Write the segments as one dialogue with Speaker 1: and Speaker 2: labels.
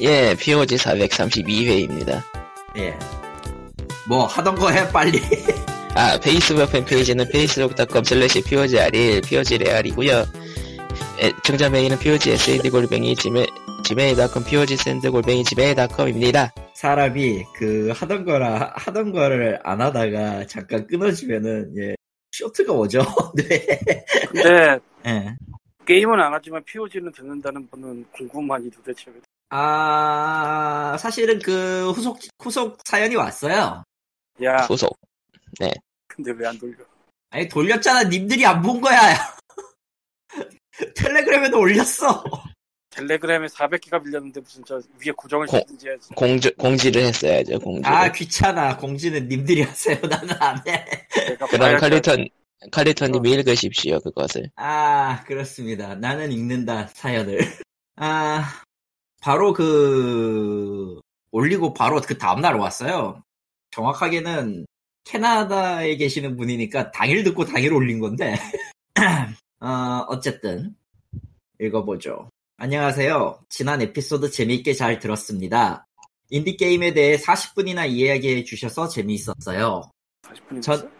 Speaker 1: 예, POG 432회입니다.
Speaker 2: 예. 뭐 하던 거 해 빨리.
Speaker 1: 아, 페이스북 팬페이지는 facebook.com slash POGRL, POGREAL이고요. 증자 메일은 POG SAD 골뱅이 지메, 지메일.com, POG 샌드 골뱅이 지메일.com입니다.
Speaker 2: 사람이 그 하던 거라 하던 거를 안 하다가 잠깐 끊어지면은 예 쇼트가 오죠. 네.
Speaker 3: 근데
Speaker 2: 예.
Speaker 3: 게임은 안 하지만 POG는 듣는다는 분은 궁금하니 도대체 왜.
Speaker 2: 아 사실은 그 후속 후속 사연이 왔어요.
Speaker 3: 야,
Speaker 1: 소속.
Speaker 3: 근데 왜 안 돌려?
Speaker 2: 아니 돌렸잖아. 님들이 안 본 거야. 텔레그램에도 올렸어.
Speaker 3: 텔레그램에 400기가 빌렸는데 무슨 저 위에 고정을
Speaker 1: 고-
Speaker 3: 시든지 해야지.
Speaker 1: 공지, 공지를 했어야죠, 공지.
Speaker 2: 아
Speaker 1: 를
Speaker 2: 귀찮아. 공지는 님들이 하세요. 나는 안 해.
Speaker 3: 내가
Speaker 1: 그
Speaker 3: 봐야
Speaker 1: 다음
Speaker 3: 할
Speaker 1: 칼리턴,
Speaker 3: 어.
Speaker 1: 칼리턴님 읽으십시오, 그것을.
Speaker 2: 아, 그렇습니다. 나는 읽는다, 사연을. 아, 바로 그, 올리고 바로 그 다음날 왔어요. 정확하게는 캐나다에 계시는 분이니까 당일 듣고 당일 올린 건데. 어, 어쨌든, 읽어보죠. 안녕하세요. 지난 에피소드 재미있게 잘 들었습니다. 인디게임에 대해 40분이나 이야기해 주셔서 재미있었어요.
Speaker 3: 40분이
Speaker 2: 전-
Speaker 3: 전...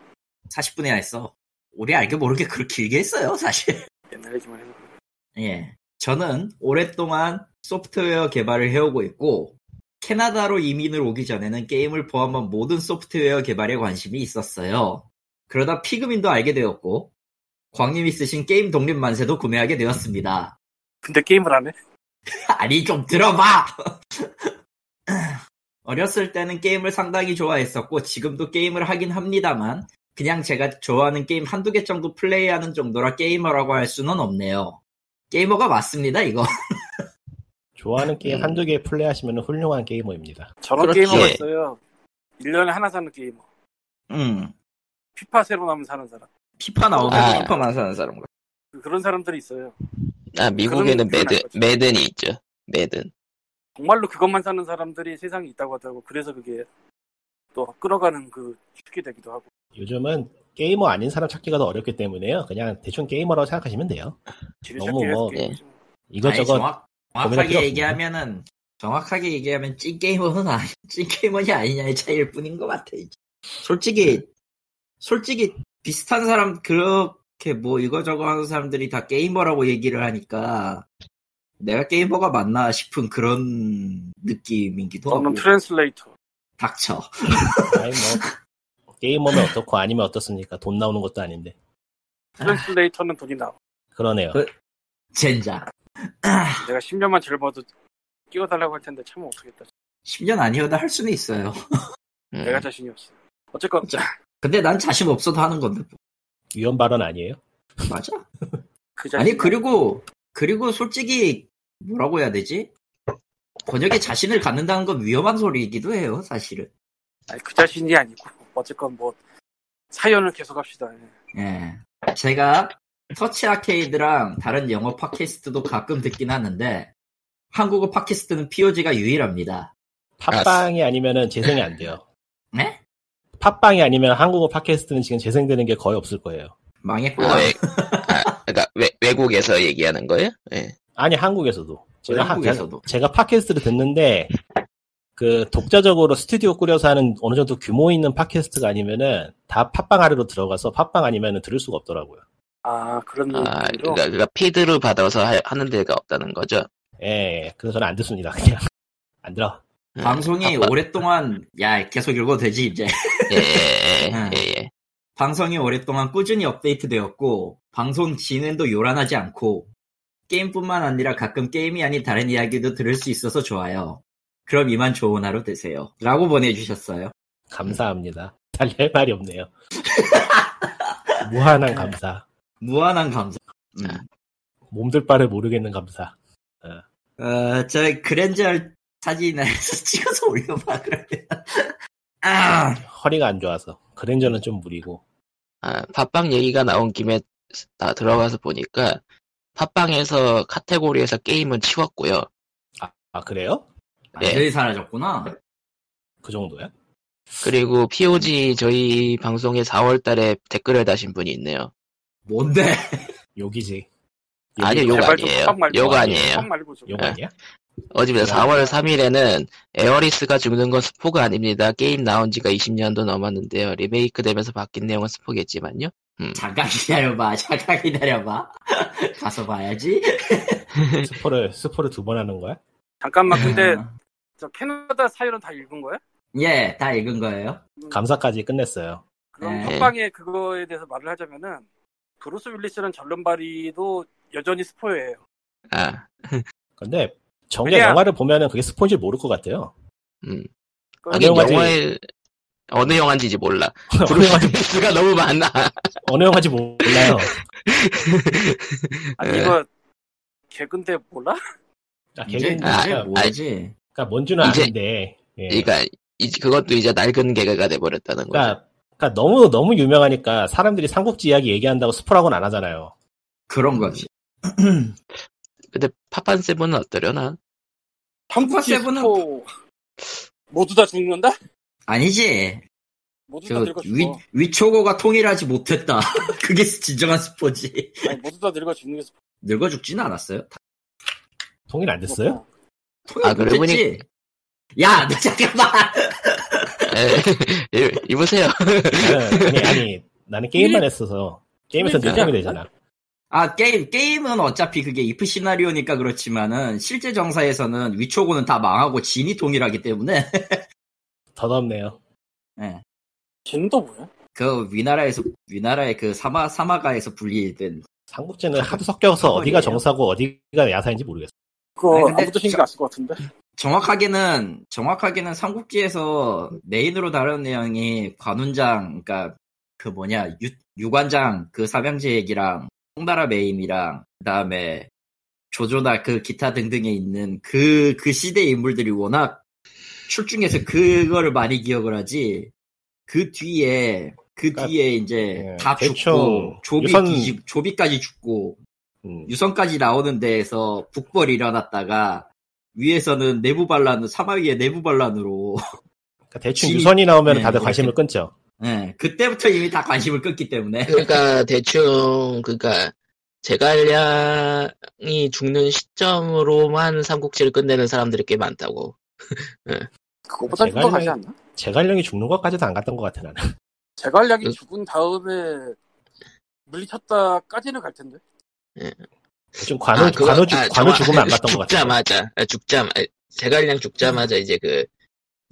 Speaker 2: 40분이나 했어. 우리 알게 모르게 그렇게 길게 했어요, 사실.
Speaker 3: 옛날 얘기만 해서. 그래.
Speaker 2: 예. 저는 오랫동안 소프트웨어 개발을 해오고 있고, 캐나다로 이민을 오기 전에는 게임을 포함한 모든 소프트웨어 개발에 관심이 있었어요. 그러다 피그민도 알게 되었고, 광님이 쓰신 게임 독립 만세도 구매하게 되었습니다.
Speaker 3: 근데 게임을 안 해?
Speaker 2: 아니, 좀 들어봐! 어렸을 때는 게임을 상당히 좋아했었고, 지금도 게임을 하긴 합니다만, 그냥 제가 좋아하는 게임 한두 개 정도 플레이하는 정도라 게이머라고 할 수는 없네요. 게이머가 맞습니다, 이거.
Speaker 4: 좋아하는 게임 한두 개 플레이하시면 훌륭한 게이머입니다.
Speaker 3: 저런
Speaker 2: 그렇지.
Speaker 3: 게이머가 있어요. 1년에 하나 사는 게이머.
Speaker 2: 음.
Speaker 3: 피파 새로 나면 사는 사람.
Speaker 2: 피파 나오면
Speaker 1: 아.
Speaker 2: 피파만 사는 사람과.
Speaker 3: 그- 그런 사람들이 있어요.
Speaker 1: 아, 미국에는
Speaker 3: 그건
Speaker 1: 매든,
Speaker 3: 거죠.
Speaker 1: 매든이 있죠. 매든.
Speaker 3: 정말로 그것만 사는 사람들이 세상에 있다고 하더라고. 그래서 그게 또 끌어가는 그 축이 되기도 하고.
Speaker 4: 요즘은 게이머 아닌 사람 찾기가 더 어렵기 때문에요. 그냥 대충 게이머라고 생각하시면 돼요. 너무
Speaker 3: 지뢰찾기
Speaker 4: 뭐,
Speaker 3: 해서 게임이지 뭐.
Speaker 2: 아니,
Speaker 4: 이것저것
Speaker 2: 정확,
Speaker 4: 고민할 필요
Speaker 2: 정확하게
Speaker 4: 없구나.
Speaker 2: 얘기하면은 정확하게 얘기하면 찐 게이머는 아니 찐 게이머냐 아니냐의 차이일 뿐인 것 같아. 이제. 솔직히
Speaker 4: 네.
Speaker 2: 솔직히 비슷한 사람 그렇게 뭐 이거저거 하는 사람들이 다 게이머라고 얘기를 하니까 내가 게이머가 맞나 싶은 그런 느낌이기도 하고
Speaker 3: 저는 트랜슬레이터.
Speaker 1: 아.
Speaker 2: 닥쳐.
Speaker 4: 아니 뭐 게이머면 어떻고 아니면 어떻습니까? 돈 나오는 것도 아닌데
Speaker 3: 트랜슬레이터는 돈이 나와.
Speaker 4: 그러네요.
Speaker 2: 그- 젠장.
Speaker 3: 내가 10년만 젊어도 끼워달라고 할 텐데 참 못하겠다.
Speaker 2: 10년 아니어도 할 수는 있어요.
Speaker 1: 음.
Speaker 3: 내가 자신이 없어. 어쨌건
Speaker 2: 근데 난 자신 없어도 하는 건데 뭐.
Speaker 4: 위험 발언 아니에요?
Speaker 2: 맞아.
Speaker 3: 그 자신.
Speaker 2: 아니 그리고 그리고 솔직히 뭐라고 해야 되지? 번역에 자신을 갖는다는 건 위험한 소리이기도 해요, 사실은.
Speaker 3: 아니, 그 자신이 아니고 어쨌건 뭐 사연을 계속합시다. 예.
Speaker 2: 예. 제가 터치 아케이드랑 다른 영어 팟캐스트도 가끔 듣긴 하는데 한국어 팟캐스트는 POG가 유일합니다. 아,
Speaker 4: 팟빵이 아니면은 재생이 안 돼요.
Speaker 2: 네?
Speaker 4: 팟빵이 아니면 한국어 팟캐스트는 지금 재생되는 게 거의 없을 거예요.
Speaker 1: 아,
Speaker 2: 망했구나.
Speaker 1: 외, 아, 그러니까 외, 외국에서 얘기하는 거예요? 예.
Speaker 4: 아니 한국에서도 제가 하-
Speaker 2: 한국에서도.
Speaker 4: 제가 팟캐스트를 듣는데 그 독자적으로 스튜디오 꾸려서 하는 어느 정도 규모 있는 팟캐스트가 아니면은 다 팟빵 아래로 들어가서 팟빵 아니면은 들을 수가 없더라고요.
Speaker 3: 아
Speaker 2: 음,
Speaker 3: 그런
Speaker 1: 아,
Speaker 3: 의미로
Speaker 1: 그러니까, 그러니까 피드를 받아서 하, 하는 데가 없다는 거죠.
Speaker 4: 예, 그래서 저는 안 듣습니다. 그냥 안 들어.
Speaker 1: 음,
Speaker 2: 방송이
Speaker 1: 아빠-
Speaker 2: 오랫동안 야 계속 읽어도 되지 이제.
Speaker 1: 예, 예,
Speaker 2: 음.
Speaker 1: 예, 예.
Speaker 2: 방송이 오랫동안 꾸준히 업데이트되었고 방송 진행도 요란하지 않고 게임뿐만 아니라 가끔 게임이 아닌 다른 이야기도 들을 수 있어서 좋아요. 그럼 이만 좋은 하루 되세요. 라고 보내주셨어요.
Speaker 4: 감사합니다. 달릴 말이 없네요. 무한한 감사.
Speaker 2: 무한한 감사. 음.
Speaker 4: 몸둘 바를 모르겠는 감사.
Speaker 2: 어, 저 그랜저 사진을 찍어서 올려봐 그러면. 아,
Speaker 1: 네.
Speaker 4: 허리가 안 좋아서. 그랜저는 좀 무리고.
Speaker 1: 아, 팟빵 얘기가 나온 김에 나 들어가서 보니까 팟빵에서 카테고리에서 게임은 치웠고요. 예,
Speaker 4: 아, 그래요?
Speaker 2: 완전히 사라졌구나.
Speaker 4: 그 정도야?
Speaker 1: 그리고 POG 저희 방송에 4월달에 댓글을 다신 분이 있네요.
Speaker 2: 뭔데?
Speaker 4: 욕이지.
Speaker 1: 아니요,
Speaker 4: 욕
Speaker 1: 욕
Speaker 3: 제발 좀
Speaker 1: 아니에요.
Speaker 3: 팝 말고
Speaker 1: 욕
Speaker 3: 하세요.
Speaker 1: 아니에요.
Speaker 3: 팝 말고 좀.
Speaker 4: 욕 아니야?
Speaker 2: 네.
Speaker 1: 어제입니다. 4월 3일에는 에어리스가 죽는 건 스포가 아닙니다. 게임 나온 지가 20년도 넘었는데요. 리메이크 되면서 바뀐 내용은 스포겠지만요.
Speaker 2: 잠깐 기다려봐 잠깐 기다려봐 가서 봐야지
Speaker 1: 예.
Speaker 4: 스포를 스포를 두 번 하는 거야?
Speaker 3: 잠깐만 아,
Speaker 1: 음.
Speaker 3: 근데 저 캐나다 사연은 다 읽은 거야?
Speaker 2: 예다 읽은 거예요
Speaker 3: 음,
Speaker 4: 감사까지 끝냈어요.
Speaker 3: 그럼
Speaker 2: 네.
Speaker 3: 팟빵에 그거에 대해서 말을 하자면은 브루스 윌리스는 절름발이도 여전히 스포예요.
Speaker 1: 아,
Speaker 4: 근데 정작
Speaker 3: 왜냐?
Speaker 4: 영화를 보면은 그게 스포인지 모를 것 같아요.
Speaker 1: 음.
Speaker 3: 그건
Speaker 1: 하긴
Speaker 4: 영화지.
Speaker 1: 영화에 어느 영화인지 몰라.
Speaker 4: 어느 영화인지,
Speaker 1: 브루스가 너무 많아.
Speaker 4: 어느 영화인지 몰라요.
Speaker 1: 네.
Speaker 3: 아니 이거 개근데 몰라?
Speaker 4: 아,
Speaker 2: 이제
Speaker 4: 개그
Speaker 1: 아,
Speaker 2: 이제
Speaker 4: 그러니까
Speaker 2: 뭐지
Speaker 4: 뭔지는
Speaker 1: 이제-
Speaker 4: 아는데. 예.
Speaker 1: 그러니까 이제 그것도 이제 낡은 개그가 돼버렸다는 거죠.
Speaker 4: 그러니까, 그러니까 너무 너무 유명하니까 사람들이 삼국지 이야기 얘기한다고 스포라고는 안 하잖아요.
Speaker 2: 그런 거지
Speaker 1: 근데 파판 세븐은 어떠려나?
Speaker 2: 펑크 세븐은
Speaker 3: 스포. 모두 다 죽는다?
Speaker 2: 아니지
Speaker 3: 모두 다
Speaker 2: 저
Speaker 3: 늙어 죽어.
Speaker 2: 위, 위초고가 통일하지 못했다 그게 진정한 스포지
Speaker 3: 아니, 모두 다 늙어 죽는 게 스포.
Speaker 2: 늙어 죽진 않았어요 다
Speaker 4: 통일 안 됐어요?
Speaker 2: 통일
Speaker 1: 아, 그러고
Speaker 2: 못했지 야너 잠깐만
Speaker 1: 에, 예. 이- 이보세요.
Speaker 4: 나는- 아니 아니 나는 게임만 했어서 게임에서
Speaker 3: 통일
Speaker 4: 내 통이
Speaker 3: 되지 않나?
Speaker 4: 되잖아.
Speaker 2: 아, 게임, 게임은 어차피 그게 if 시나리오니까 그렇지만은, 실제 정사에서는 위초고는 다 망하고 진이 동일하기 때문에,
Speaker 4: 더덥네요.
Speaker 2: 예.
Speaker 3: 쟤도 뭐야?
Speaker 2: 그, 위나라에서, 위나라의 그 사마, 사마가에서 분리된.
Speaker 4: 삼국지는 하도 섞여서 어디가
Speaker 2: 그거예요.
Speaker 4: 정사고 어디가 야사인지 모르겠어.
Speaker 3: 그거
Speaker 2: 아니, 근데
Speaker 3: 아무도 신경 안 쓸 것 같은데.
Speaker 2: 정확하게는, 정확하게는 삼국지에서 메인으로 다룬 내용이 관훈장, 그니까, 그 뭐냐, 유, 유관장, 그 사병제 얘기랑, 홍나라 메임이랑, 그 다음에, 조조나 그 기타 등등에 있는 그, 그 시대 인물들이 워낙 출중해서 그거를 많이 기억을 하지, 그 뒤에, 그
Speaker 4: 그러니까,
Speaker 2: 뒤에 이제
Speaker 4: 예,
Speaker 2: 다
Speaker 4: 대충
Speaker 2: 죽고, 조비,
Speaker 4: 유선-
Speaker 2: 뒤집- 조비까지 죽고,
Speaker 4: 음.
Speaker 2: 유선까지 나오는 데에서 북벌이 일어났다가, 위에서는 내부 반란으로, 사마위의 내부 반란으로,
Speaker 4: 그러니까 대충
Speaker 2: 지-
Speaker 4: 유선이 나오면
Speaker 2: 네,
Speaker 4: 다들
Speaker 2: 이렇게.
Speaker 4: 관심을 끊죠.
Speaker 2: 예, 그때부터 이미 다 관심을 끌기 때문에.
Speaker 1: 그러니까 대충 그러니까 제갈량이 죽는 시점으로만 삼국지를 끝내는 사람들이 꽤 많다고.
Speaker 3: 그거보다 좀더
Speaker 4: 제갈량이-
Speaker 3: 가지 않나?
Speaker 4: 제갈량이 죽는 것까지도 안 갔던 것 같아 나는.
Speaker 3: 제갈량이
Speaker 1: 그-
Speaker 3: 죽은 다음에 물리쳤다까지는 갈 텐데.
Speaker 4: 좀 관우
Speaker 1: 아, 그거-
Speaker 4: 관우 죽
Speaker 1: 아,
Speaker 4: 관우
Speaker 1: 정확-
Speaker 4: 죽으면 안 갔던 것 같아.
Speaker 1: 죽자마자 아, 죽자 제갈량 죽자마자 이제 그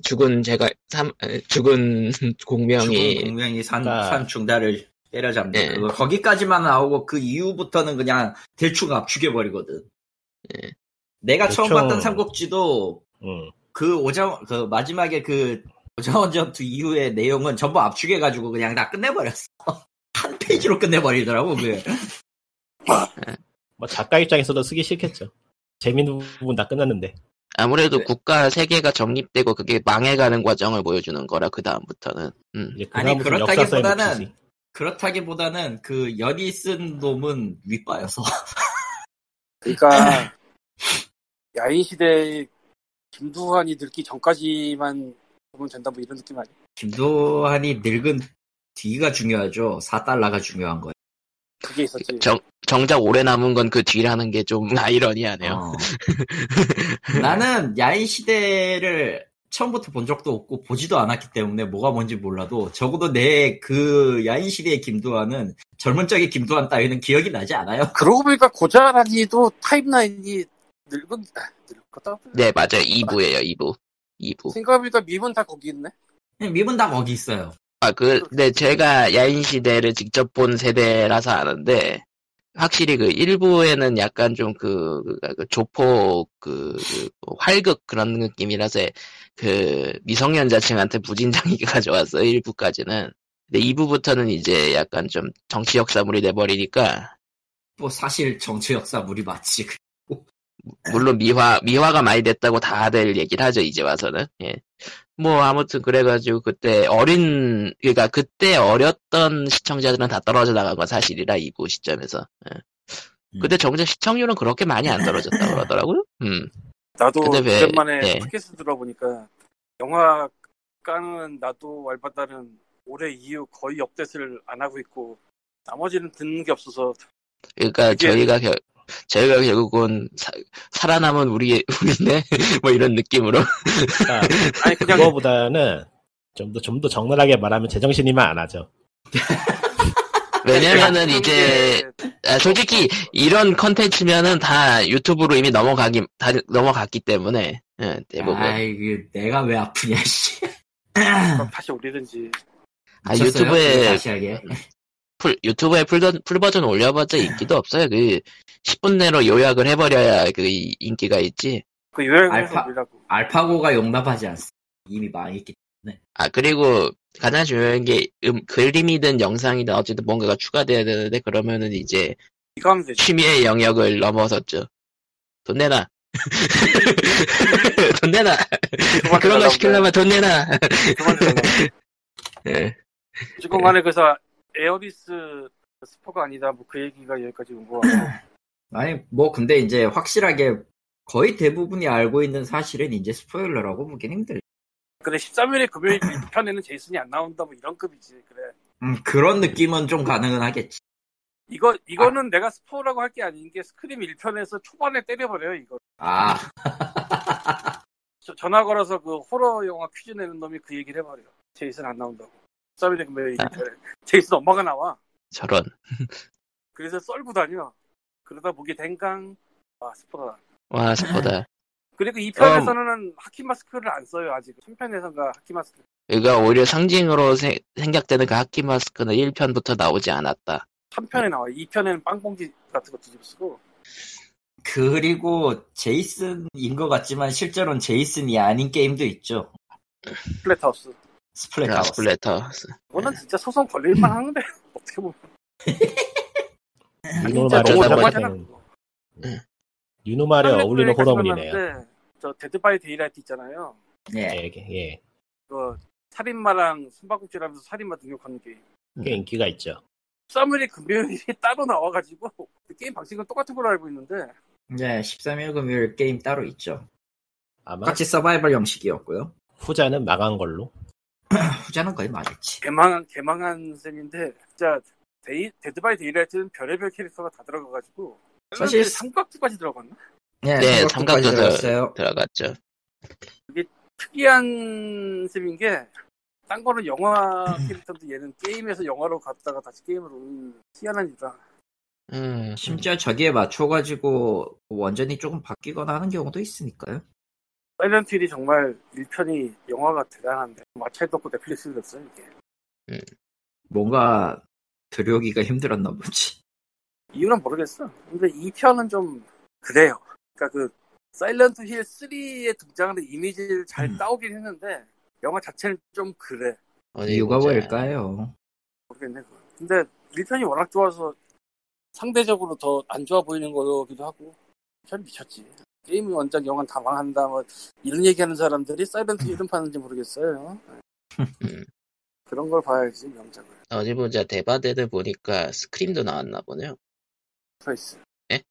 Speaker 1: 죽은 제갈 삼 아, 죽은 공명이
Speaker 2: 죽은 공명이 산,
Speaker 4: 그러니까-
Speaker 2: 산 중달을 때려잡는
Speaker 1: 예.
Speaker 2: 그거 거기까지만 나오고 그 이후부터는 그냥 대충 압축해버리거든
Speaker 1: 예.
Speaker 2: 내가 처음
Speaker 4: 대충-
Speaker 2: 봤던 삼국지도
Speaker 4: 음.
Speaker 2: 그 오장 그 마지막에 그 오장원 전투 이후의 내용은 전부 압축해가지고 그냥 다 끝내버렸어 한 페이지로 끝내버리더라고 그게
Speaker 4: 뭐 작가 입장에서도 쓰기 싫겠죠. 재밌는 부분 다 끝났는데.
Speaker 1: 아무래도
Speaker 2: 네.
Speaker 1: 국가 세계가 정립되고 그게 망해가는 과정을 보여주는 거라 그 다음부터는. 음.
Speaker 4: 이제
Speaker 2: 아니,
Speaker 4: 그다음부터 역사서에
Speaker 2: 그렇다기보다는-
Speaker 4: 묻히지.
Speaker 2: 그렇다기보다는 그 연이 쓴 놈은 윗바여서
Speaker 3: 그러니까 야인 시대의 김두한이 늙기 전까지만 보면 된다 뭐 이런 느낌 아니야?
Speaker 2: 김도한이 늙은 뒤가 중요하죠 4달러가 중요한 거예요
Speaker 3: 그게 있었지.
Speaker 1: 정 정작 오래 남은 건 그 뒤라는 게 좀 아이러니하네요.
Speaker 2: 어. 나는 야인 시대를 처음부터 본 적도 없고 보지도 않았기 때문에 뭐가 뭔지 몰라도 적어도 내 그 야인 시대의 김도환은 젊은 적의 김도환 따위는 기억이 나지 않아요.
Speaker 3: 그러고 보니까 고자란이도 타임라인이 늙은 아, 늙었다.
Speaker 1: 네 맞아요 2부예요 2부 2부.
Speaker 3: 생각해보니까 밈은 다 거기 있네.
Speaker 2: 밈은 다 거기 있어요.
Speaker 1: 아그 네 제가 야인 시대를 직접 본 세대라서 아는데 확실히 그 일부에는 약간 좀그 그, 그 조폭 그, 그 활극 그런 느낌이라서 그 미성년자층한테 무진장이게 가져왔어요 1부까지는. 근데 2부부터는 이제 약간 좀 정치 역사물이 돼버리니까
Speaker 2: 뭐 사실 정치 역사물이 맞지.
Speaker 1: 물론 미화 미화가 많이 됐다고 다들 얘기를 하죠 이제 와서는 예. 뭐 아무튼 그래가지고 그때 어린 그러니까 그때 어렸던 시청자들은 다 떨어져 나간 건 사실이라 이부 시점에서 예. 그때 정작 시청률은 그렇게 많이 안 떨어졌다 그러더라고요 음
Speaker 3: 나도
Speaker 1: 근데 왜-
Speaker 3: 오랜만에
Speaker 1: 예.
Speaker 3: 팟캐스트 들어보니까 영화과는 나도 왈바다는 올해 이후 거의 업데이트를 안 하고 있고 나머지는 듣는 게 없어서
Speaker 1: 그러니까
Speaker 3: 그게-
Speaker 1: 저희가 겨- 저희가 결국은 사, 람남은 우리 우리네 뭐 이런 느낌으로
Speaker 4: 그러니까
Speaker 3: 아니 그냥
Speaker 1: 뭐,
Speaker 4: 그거보다는 좀 더 좀 더 적나라하게 말하면 제정신이면 안 하죠.
Speaker 1: 왜냐면은
Speaker 3: 네.
Speaker 1: 이제 아, 솔직히 이런 컨텐츠면은 다 유튜브로 이미 넘어가기 다 넘어갔기 때문에 예, 대부분 아,
Speaker 2: 아이 그 내가 왜 아프냐 씨.
Speaker 3: 아, 그럼 다시 올리든지
Speaker 2: 미쳤어요?
Speaker 1: 아,
Speaker 2: 예.
Speaker 1: 유튜브에
Speaker 2: 다시 하게.
Speaker 1: 풀 유튜브에 풀, 풀 버전 올려봤자 인기도 없어요 그 10분 내로 요약을 해버려야 그 이- 인기가 있지
Speaker 3: 그 요약을 해서
Speaker 2: 알파-
Speaker 3: 올리라고.
Speaker 2: 알파고가 용납하지 않습니다. 이미 망했기.
Speaker 1: 아, 그리고 가장 중요한 게 음, 그림이든 영상이든 어쨌든 뭔가가 추가돼야 되는데 그러면은 이제
Speaker 3: 이거 하면 되지.
Speaker 1: 취미의 영역을 넘어섰죠. 돈 내놔. 돈 내놔. 그런
Speaker 3: 그만
Speaker 1: 거
Speaker 3: 달라고.
Speaker 1: 시키려면 돈 내놔.
Speaker 3: 그만 달라고.
Speaker 1: 예.
Speaker 3: 지금 간에 그래서 에어비스 스포가 아니다 뭐 그 얘기가 여기까지 온 거 같고
Speaker 2: 아니 뭐 근데 이제 확실하게 거의 대부분이 알고 있는 사실은 이제 스포일러라고 보긴 힘들.
Speaker 3: 근데 13일에 금요일 편에는 제이슨이 안 나온다 뭐 이런 급이지 그래
Speaker 2: 음 그런 느낌은 좀 가능은 하겠지.
Speaker 3: 이거
Speaker 4: 아.
Speaker 3: 이거는 내가 스포라고 할 게 아닌 게 스크림 1편에서 초반에 때려버려요 이거
Speaker 2: 아
Speaker 3: 저- 전화 걸어서 그 호러 영화 퀴즈 내는 놈이 그 얘기를 해버려 제이슨 안 나온다고 13일에 금요일 편에 제이슨 엄마가 나와
Speaker 1: 저런.
Speaker 3: 그래서 썰고 다녀 그러다 보게 된강 아 스포다
Speaker 1: 와, 스포다.
Speaker 3: 그리고 2편에서는
Speaker 4: 음.
Speaker 3: 하키 마스크를 안 써요 아직 3편에서가 하키 마스크
Speaker 1: 그러니까 오히려 상징으로 세- 생각되는 그 학기 마스크는 1편부터 나오지 않았다.
Speaker 3: 3편에 나와 요 2편에는 빵봉지 같은 거 뒤집어 쓰고
Speaker 2: 그리고 제이슨인 것 같지만 실제로는 제이슨이 아닌 게임도 있죠.
Speaker 3: 플랫하우스
Speaker 2: 아, 스플래터.
Speaker 1: 스플레터.
Speaker 4: 네.
Speaker 3: 이거는 진짜 소송 걸릴만 한데 어떻게 보면
Speaker 2: 아,
Speaker 4: 유노말에
Speaker 1: 저거
Speaker 4: 어울리는
Speaker 1: 저거잖아,
Speaker 4: 호러물이네. 유노말에 어울리는 호러물이네요.
Speaker 3: 저 데드 바이 데이라이트 있잖아요.
Speaker 2: 예.
Speaker 4: 예, 예, 예.
Speaker 3: 그 살인마랑 숨바꼭질하면서 살인마 등록하는 게임.
Speaker 4: 꽤 인기가 있죠.
Speaker 3: 13일에 금요일이 따로 나와가지고 그 게임 방식은 똑같은 걸로 알고 있는데
Speaker 2: 네, 13일 금요일 게임 따로 있죠.
Speaker 4: 아마
Speaker 2: 같이 서바이벌 형식이었고요.
Speaker 4: 후자는 망한 걸로.
Speaker 2: 후자는 거의 맞았지.
Speaker 3: 개망한 개망한 셈인데 진짜 데이, 데드 바이 데이라이트는 별의별 캐릭터가 다 들어가가지고
Speaker 2: 사실-
Speaker 3: 삼각두까지 들어갔나?
Speaker 2: 네,
Speaker 1: 네,
Speaker 2: 삼각도까지 네.
Speaker 1: 삼각도도-
Speaker 2: 들어갔어요.
Speaker 1: 들어갔죠.
Speaker 3: 특이한 셈인 게 딴 거는 영화 캐릭터도 얘는 게임에서 영화로 갔다가 다시 게임으로 오는 희한한 일이다.
Speaker 1: 음.
Speaker 2: 심지어 저기에 맞춰가지고 완전히 조금 바뀌거나 하는 경우도 있으니까요.
Speaker 3: 사이렌트 힐이 정말 1편이 영화가 대단한데 마차에도 없고 넷플릭스도 없어요 이게
Speaker 2: 뭔가 들여오기가 힘들었나 보지.
Speaker 3: 이유는 모르겠어 근데 2편은 좀 그래요 그러니까 그 사일런트 힐 3에 등장하는 이미지를 잘
Speaker 2: 음.
Speaker 3: 따오긴 했는데 영화 자체는 좀 그래
Speaker 1: 어디
Speaker 2: 이유가
Speaker 1: 보자.
Speaker 2: 뭘까요?
Speaker 3: 모르겠네 그건. 근데 1편이 워낙 좋아서 상대적으로 더 안 좋아 보이는 거기도 하고 1편 미쳤지 게임 원작 영화는 다 망한다 뭐 이런 얘기하는 사람들이 사일런트 힐은 파는지 모르겠어요
Speaker 1: 음.
Speaker 3: 그런 걸 봐야지 명작을
Speaker 1: 어디 보자. 대바대를 보니까 스크림도 나왔나 보네요.
Speaker 3: 스페이스.
Speaker 1: 예?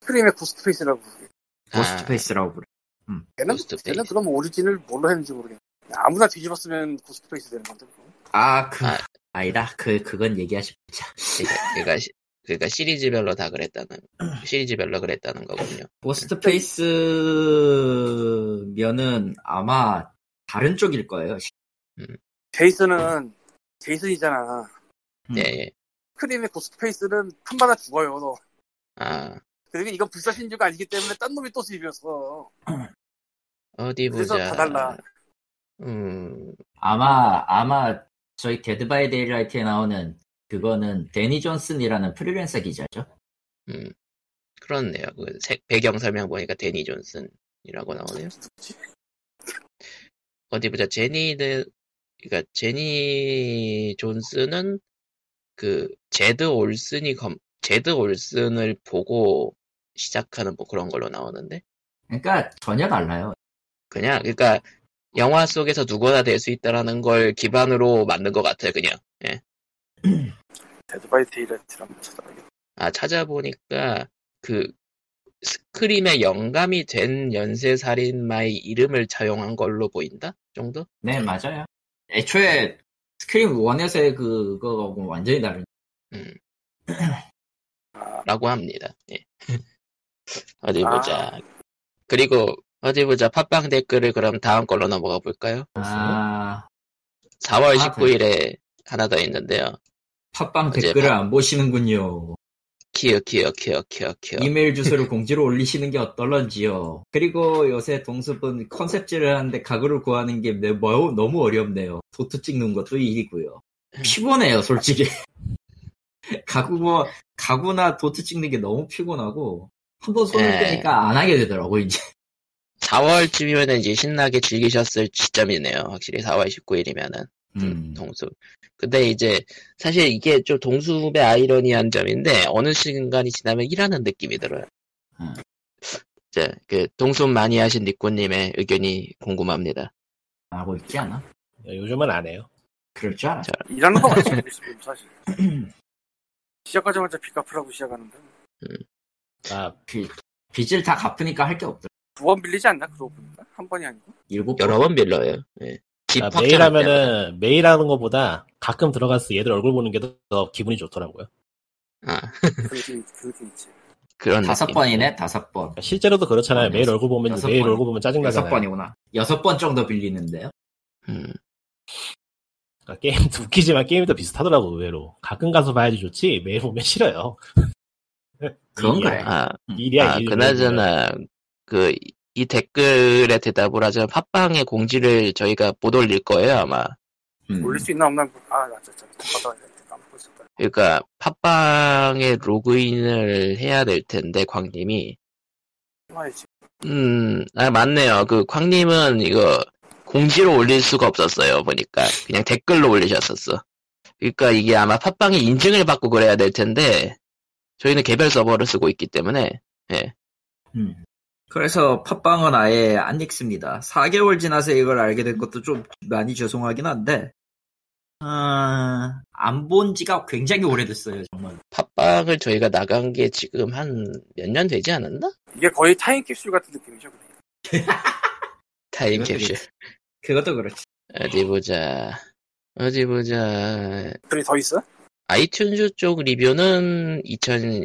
Speaker 3: 스크림의 구스페이스라고 부르게.
Speaker 1: 아,
Speaker 2: 고스트페이스라고 그래.
Speaker 3: 걔는,
Speaker 1: 구스페이스.
Speaker 3: 걔는 그럼 오리진을 뭘로 했는지 모르겠네. 아무나 뒤집었으면 구스페이스 되는 건데. 그거.
Speaker 2: 아, 그,
Speaker 1: 아.
Speaker 2: 아. 니다 그, 그건 얘기하시, 자,
Speaker 1: 그러니까, 그러니까 시- 그러니까 시리즈별로 다 그랬다는
Speaker 2: 음.
Speaker 1: 시리즈별로 그랬다는 거군요.
Speaker 2: 고스트페이스면은 아마 다른 쪽일 거예요.
Speaker 3: 제이슨은, 제이슨이잖아.
Speaker 2: 음.
Speaker 1: 예, 예.
Speaker 3: 스크림의 구스페이스는 판마다 죽어요, 너.
Speaker 1: 아
Speaker 3: 그리고 이건 불사신주가 아니기 때문에 딴 놈이 또 수입이었어.
Speaker 1: 어디
Speaker 3: 그래서
Speaker 1: 보자.
Speaker 3: 다 달라.
Speaker 1: 음,
Speaker 2: 아마 아마 저희 데드 바이 데일라이트에 나오는 그거는 데니 존슨이라는 프리랜서 기자죠.
Speaker 1: 음. 그렇네요. 그 색- 배경 설명 보니까 데니 존슨이라고 나오네요. 어디 보자. 제니 데 그러니까 제니 존슨은 그 제드 올슨이 검 제드 올슨을 보고 시작하는 뭐 그런 걸로 나오는데
Speaker 2: 그러니까 전혀 달라요.
Speaker 1: 그냥 그러니까 영화 속에서 누구나 될 수 있다라는 걸 기반으로 만든 것 같아요. 그냥. 예.
Speaker 3: 데드 바이 데이라이트를 한번 찾아봐야겠다.
Speaker 1: 아, 찾아보니까 그 스크림의 영감이 된 연쇄살인마의 이름을 차용한 걸로 보인다? 정도?
Speaker 2: 네 맞아요. 애초에 스크림 1에서의 그거하고 완전히 다른.
Speaker 1: 음,
Speaker 3: 아,
Speaker 1: 라고 합니다. 예. 어디
Speaker 3: 아.
Speaker 1: 보자. 그리고 어디 보자. 팟빵 댓글을 그럼 다음 걸로 넘어가 볼까요?
Speaker 2: 아
Speaker 1: 4월
Speaker 2: 아,
Speaker 1: 19일에 하나 더 있는데요.
Speaker 2: 팟빵
Speaker 1: 어제
Speaker 2: 댓글을
Speaker 1: 밤-
Speaker 2: 안 보시는군요.
Speaker 1: 키어 키어 키어 키어 키어.
Speaker 2: 이메일 주소를 공지로 올리시는 게 어떨런지요. 그리고 요새 동습은 컨셉질을 하는데 가구를 구하는 게 매- 뭐- 너무 어렵네요. 도트 찍는 것도 일이고요.
Speaker 1: 음.
Speaker 2: 피곤해요, 솔직히. 가구 뭐 가구나 도트 찍는 게 너무 피곤하고 한 번 손을
Speaker 1: 예.
Speaker 2: 빼니까 안 하게 되더라고 이제.
Speaker 1: 4월쯤이면 이제 신나게 즐기셨을 시점이네요. 확실히 4월 19일이면은
Speaker 2: 음.
Speaker 1: 그 동수. 근데 이제 사실 이게 좀 동수의 아이러니한 점인데 어느 시간이 지나면 일하는 느낌이 들어요.
Speaker 2: 음.
Speaker 1: 이제 그 동수 많이 하신 니꾸님의 의견이 궁금합니다.
Speaker 2: 하고 있지 않아?
Speaker 4: 요즘은 안 해요.
Speaker 2: 그럴 줄 알아.
Speaker 3: 일하는 거 맞지 지금 사실 시작하자마자 빚갚으라고 시작하는데
Speaker 4: 아,
Speaker 2: 빚, 빚을 다 갚으니까 할 게 없더라.
Speaker 3: 두 번 빌리지 않나 그러고 보니까 한 번이 아니고
Speaker 2: 일곱
Speaker 1: 여러 번 빌려요. 예. 집
Speaker 4: 아,
Speaker 1: 확장
Speaker 4: 매일
Speaker 1: 때문에.
Speaker 4: 하면은 매일 하는 것보다 가끔 들어가서 얘들 얼굴 보는 게 더 기분이 좋더라고요.
Speaker 1: 아,
Speaker 3: 그렇게 그렇게 있지
Speaker 1: 그런
Speaker 2: 다섯
Speaker 1: 느낌.
Speaker 2: 번이네, 다섯 번.
Speaker 4: 그러니까 실제로도 그렇잖아요.
Speaker 2: 아,
Speaker 4: 매일
Speaker 2: 여섯-
Speaker 4: 얼굴 보면
Speaker 2: 여섯
Speaker 4: 매일
Speaker 2: 번.
Speaker 4: 얼굴 보면 짜증
Speaker 2: 여섯
Speaker 4: 나잖아요.
Speaker 2: 번이구나. 여섯 번 정도 빌리는데요.
Speaker 1: 음.
Speaker 4: 그러니까 게임 웃기지만 게임이 더 비슷하더라고 의외로. 가끔 가서 봐야지 좋지 매일 보면 싫어요.
Speaker 2: 그건
Speaker 4: 일이야.
Speaker 2: 그래.
Speaker 1: 아,
Speaker 4: 네. 일이야
Speaker 1: 아,
Speaker 4: 일.
Speaker 1: 그나저나 그 이 댓글에 대답을 하자면 팟빵의 공지를 저희가 못 올릴 거예요 아마.
Speaker 2: 음.
Speaker 3: 올릴 수 있나 없나 아나 진짜 받아야 돼 까먹고 있었다
Speaker 1: 그러니까 팟빵에 로그인을 해야 될 텐데 광님이.
Speaker 3: 해봐야지
Speaker 1: 음, 아 맞네요. 그 광님은 이거 공지로 올릴 수가 없었어요 보니까 그냥 댓글로 올리셨었어. 그러니까 이게 아마 팟빵이 인증을 받고 그래야 될 텐데 저희는 개별 서버를 쓰고 있기 때문에
Speaker 2: 음. 그래서 팟빵은 아예 안 읽습니다. 4개월 지나서 이걸 알게 된 것도 좀 많이 죄송하긴 한데, 아, 안 본 지가 굉장히 오래됐어요, 정말.
Speaker 1: 팟빵을 저희가 나간 게 지금 한 몇 년 되지 않았나?
Speaker 3: 이게 거의 타임캡슐 같은 느낌이죠 그냥.
Speaker 1: 타임캡슐.
Speaker 2: 그것도 그렇지.
Speaker 1: 어디 보자. 어디 보자.
Speaker 3: 그게 더 있어?
Speaker 1: 아이튠즈 쪽 리뷰는 2000,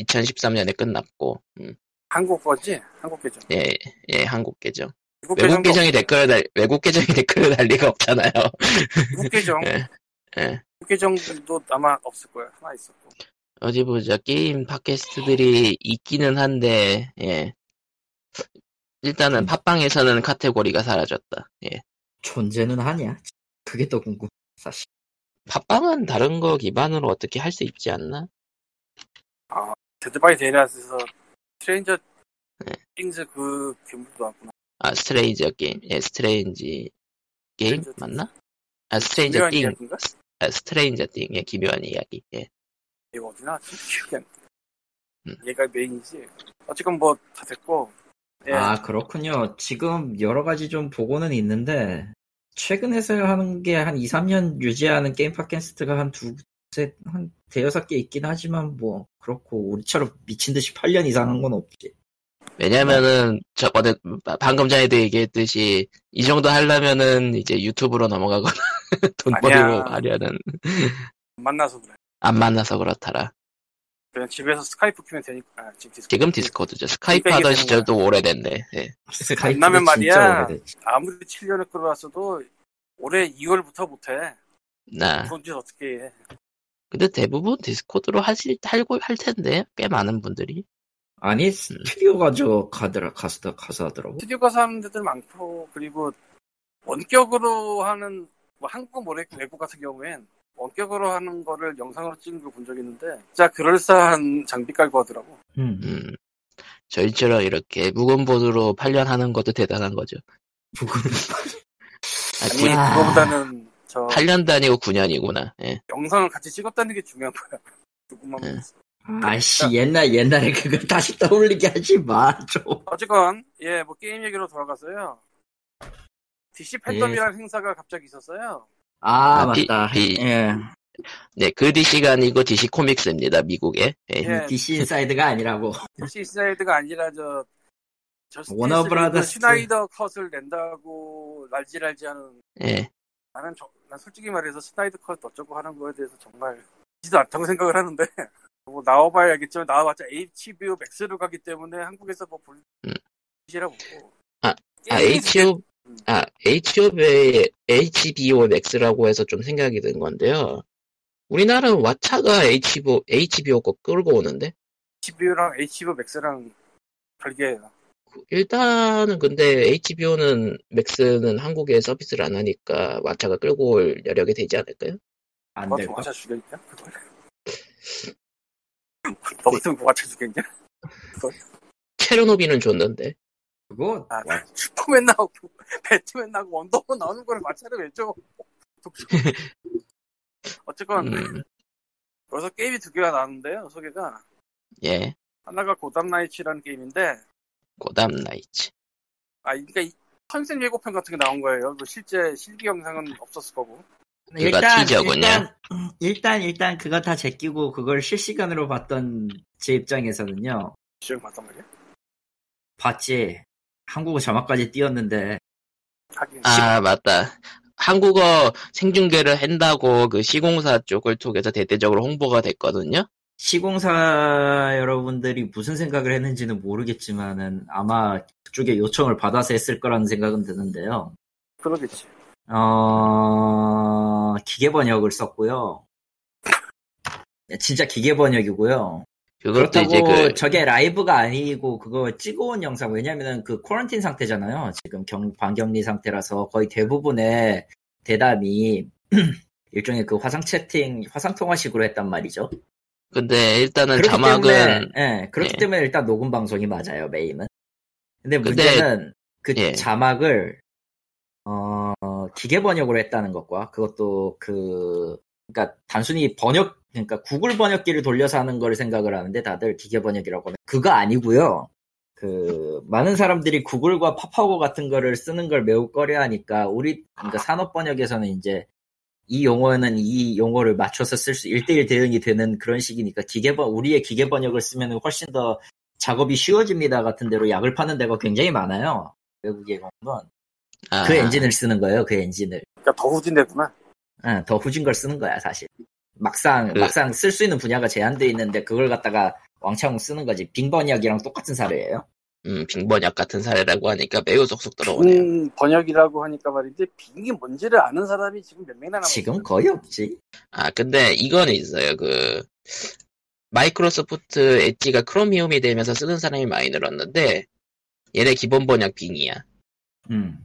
Speaker 1: 2013년에 끝났고, 음,
Speaker 3: 한국 거지? 한국 계정
Speaker 1: 예, 예, 한국 계정.
Speaker 3: 미국
Speaker 1: 외국
Speaker 3: 계정도
Speaker 1: 계정이 댓글을 달, 외국 계정이 댓글을 달 리가 없잖아요.
Speaker 3: 미국 계정
Speaker 1: 예, 예.
Speaker 3: 미국 계정도 아마 없을 거야 하나 있었고
Speaker 1: 어디 보자. 게임 팟캐스트들이 있기는 한데, 예. 일단은 팟빵에서는 카테고리가 사라졌다. 예.
Speaker 2: 존재는 하냐? 그게 더 궁금, 사실.
Speaker 1: 팟빵은 다른 거 기반으로 어떻게 할 수 있지 않나?
Speaker 3: 데드바이 데일리아스에서 트레인저
Speaker 1: 네.
Speaker 3: 띵스 그 괴물도 왔구나
Speaker 1: 아, 스트레인저 게임. 예, 스트레인지 게임?
Speaker 3: 스트레인저
Speaker 1: 맞나? 아, 스트레인저
Speaker 3: 유명한
Speaker 1: 게임.
Speaker 3: 이야기인가?
Speaker 1: 아, 스트레인저 띵의 기묘한 이야기. 예.
Speaker 3: 이거 어디 나왔지? 기억이 안 나.
Speaker 1: 음.
Speaker 3: 얘가 메인이지. 어쨌건 뭐 다 됐고. 예.
Speaker 2: 아, 그렇군요. 지금 여러 가지 좀 보고는 있는데, 최근에서 하는 게 한 2, 3년 유지하는 게임 팟캐스트가 한 두, 셋, 한 대여섯 개 있긴 하지만, 뭐, 그렇고, 우리처럼 미친 듯이 8년 이상 한 건 없지.
Speaker 1: 왜냐면은 저번에 방금 전에도 얘기했듯이 이 정도 하려면은 이제 유튜브로 넘어가거나 돈
Speaker 3: 아니야.
Speaker 1: 벌이고 하려는
Speaker 3: 만나서 그래.
Speaker 1: 안 만나서 그렇더라.
Speaker 3: 그냥 집에서 스카이프 키면 되니까. 아, 지금 디스코.
Speaker 1: 지금 디스코드죠. 스카이프
Speaker 3: 이백이
Speaker 1: 하던
Speaker 3: 되는
Speaker 1: 시절도 오래됐네. 예.
Speaker 2: 스카이프가
Speaker 3: 만나면 말이야.
Speaker 2: 오래됐지.
Speaker 3: 아무리 7년을 끌어왔어도 올해 2월부터 못해.
Speaker 1: 나.
Speaker 3: 돈짓 어떻게 해.
Speaker 1: 근데 대부분 디스코드로 하실 할고 할 텐데 꽤 많은 분들이.
Speaker 2: 아니 스튜디오 가져 가더라 가서 가서 하더라고.
Speaker 3: 스튜디오 가서 하는 데들 많고 그리고 원격으로 하는 뭐 한국은 모르겠고 외국 같은 경우엔 원격으로 하는 거를 영상으로 찍은 걸 본 적 있는데 진짜 그럴싸한 장비 깔고 하더라고.
Speaker 1: 음. 저희처럼 이렇게 묵은 보드로 8년 하는 것도 대단한 거죠.
Speaker 2: 부근
Speaker 1: 아,
Speaker 3: 아니
Speaker 1: 구-
Speaker 2: 아.
Speaker 3: 그거보다는 저
Speaker 1: 8년도 아니고 9년이구나. 예.
Speaker 3: 영상을 같이 찍었다는 게 중요한 거야. 누구만
Speaker 1: 네.
Speaker 3: 봤어.
Speaker 2: 아씨 옛날 옛날에 그걸 다시 떠올리게 하지 마 좀.
Speaker 3: 어쨌건 예 뭐 게임 얘기로 돌아가서요. DC
Speaker 2: 네.
Speaker 3: 팬덤이라는 행사가 갑자기 있었어요.
Speaker 2: 아,
Speaker 1: 아, 비-
Speaker 2: 맞다.
Speaker 1: 비-
Speaker 2: 예.
Speaker 1: 네, 그 DC가 아니고 DC 코믹스입니다. 미국의. 예.
Speaker 3: 예,
Speaker 2: DC 인사이드가 아니라고.
Speaker 3: DC 인사이드가 아니라 저 저스티스
Speaker 2: 워너
Speaker 3: 리그
Speaker 2: 브라더스.
Speaker 3: 슈나이더 컷을 낸다고 날지랄지하는
Speaker 1: 예.
Speaker 3: 나는 저- 난 솔직히 말해서 슈나이더 컷 어쩌고 하는 거에 대해서 정말 지도 않다고 생각을 하는데 뭐 나와봐야 알겠지만 나와봤자 HBO 맥스로 가기 때문에 한국에서 뭐 볼.
Speaker 1: 음.
Speaker 3: 시라 뭐. 보고.
Speaker 1: 아, 아,
Speaker 2: 예.
Speaker 1: HBO, 아, HBO의, HBO 맥스라고 해서 좀 생각이 든 건데요. 우리나라는 왓챠가 HBO, HBO 거 끌고 오는데?
Speaker 3: HBO랑 HBO 맥스랑 별개예요.
Speaker 1: 일단은 근데 HBO는 맥스는 한국에 서비스를 안 하니까 왓챠가 끌고 올 여력이 되지 않을까요?
Speaker 2: 안
Speaker 3: 너
Speaker 2: 될
Speaker 3: 뭐
Speaker 2: 거.
Speaker 3: 하자 죽였냐? 그걸. 너 같은 거 맞춰 죽였냐?
Speaker 1: 체르노비는 줬는데.
Speaker 2: 그거
Speaker 3: 아, 슈퍼맨 나오고 배트맨 나오고 원더우먼 나오는 거를 마찰을 왜 줘? 독식. 어쨌건
Speaker 1: 음,
Speaker 3: 여기서 게임이 두 개가 나왔는데요. 소개가
Speaker 1: 예.
Speaker 3: 하나가 고담 나이츠라는 게임인데
Speaker 1: 고담 나이츠.
Speaker 3: 아 그러니까 이 컨셉 예고편 같은 게 나온 거예요. 뭐 실제 실기 영상은 없었을 거고.
Speaker 1: 그가 티저군요.
Speaker 2: 일단 음, 일단 일단 그거 다 제끼고 그걸 실시간으로 봤던 제 입장에서는요.
Speaker 3: 지금 봤단 말이야.
Speaker 2: 봤지. 한국어 자막까지 띄었는데
Speaker 3: 하긴
Speaker 1: 아, 맞다. 한국어 생중계를 한다고 그 시공사 쪽을 통해서 대대적으로 홍보가 됐거든요.
Speaker 2: 시공사 여러분들이 무슨 생각을 했는지는 모르겠지만은 아마 그쪽에 요청을 받아서 했을 거라는 생각은 드는데요.
Speaker 3: 그러겠지.
Speaker 2: 어, 기계 번역을 썼고요. 진짜 기계 번역이고요.
Speaker 1: 그것도
Speaker 2: 그렇다고
Speaker 1: 이제 그,
Speaker 2: 저게 라이브가 아니고 그거 찍어온 영상 왜냐면은 그 코런틴 상태잖아요. 지금 경 반격리 상태라서 거의 대부분의 대담이 일종의 그 화상 채팅, 화상 통화식으로 했단 말이죠.
Speaker 1: 근데 일단은
Speaker 2: 그렇기
Speaker 1: 자막은
Speaker 2: 때문에, 예, 그렇기
Speaker 1: 예.
Speaker 2: 때문에 일단 녹음 방송이 맞아요, 메인은. 근데
Speaker 1: 근데-
Speaker 2: 문제는 그
Speaker 1: 예.
Speaker 2: 자막을 어, 기계 번역으로 했다는 것과 그것도 그 그러니까 단순히 번역 그러니까 구글 번역기를 돌려서 하는 걸 생각을 하는데 다들 기계 번역이라고 하면 그거 아니고요. 그 많은 사람들이 구글과 파파고 같은 거를 쓰는 걸 매우 꺼려하니까 우리 그러니까 산업 번역에서는 이제 이 용어는 이 용어를 맞춰서 쓸 수 1대1 대응이 되는 그런 식이니까 기계 번 우리의 기계 번역을 쓰면 훨씬 더 작업이 쉬워집니다 같은 데로 약을 파는 데가 굉장히 많아요. 외국의 공은
Speaker 1: 아,
Speaker 2: 그 엔진을 쓰는 거예요. 그 엔진을
Speaker 3: 그러니까 더 후진되구나.
Speaker 2: 응, 더 후진 걸 쓰는 거야 사실. 막상
Speaker 1: 그-
Speaker 2: 막상 쓸 수 있는 분야가 제한돼 있는데 그걸 갖다가 왕창 쓰는 거지. 빙 번역이랑 똑같은 사례예요.
Speaker 1: 음, 빙번역 같은 사례라고 하니까 매우 쏙쏙 들어오네요.
Speaker 3: 음, 번역이라고 하니까 말인데 빙이 뭔지를 아는 사람이 지금 몇 명이나 남았어.
Speaker 2: 지금 거의 없지.
Speaker 1: 아, 근데 이건 있어요. 그, 마이크로소프트 엣지가 크로미움이 되면서 쓰는 사람이 많이 늘었는데, 얘네 기본 번역 빙이야.
Speaker 2: 음.